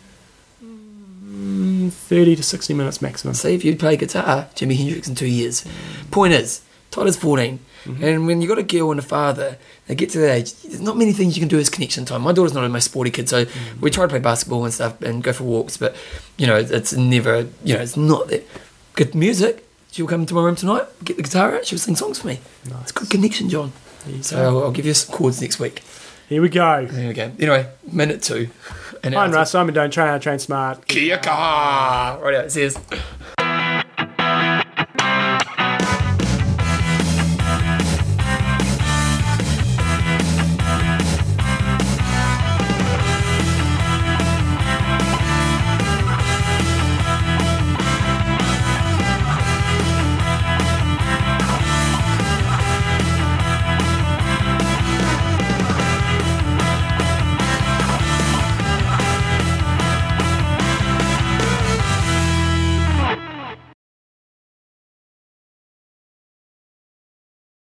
Mm, thirty to sixty minutes maximum. See, if you play guitar, Jimi Hendrix in two years. Point is, Tyler's 14, Mm-hmm. and when you've got a girl and a father, they get to that age, there's not many things you can do as connection time. My daughter's not the most sporty kid, so Mm-hmm. we try to play basketball and stuff and go for walks, but, you know, it's never, you know, it's not that. Good music, she'll come to my room tonight, get the guitar out, she'll sing songs for me. It's good connection, John. There you So go. I'll, I'll give you some chords next week. Here we go. There we go. Anyway, minute two. And I'm Russ. I'm a don't train. I train smart. Kia kaha! Right out, it says.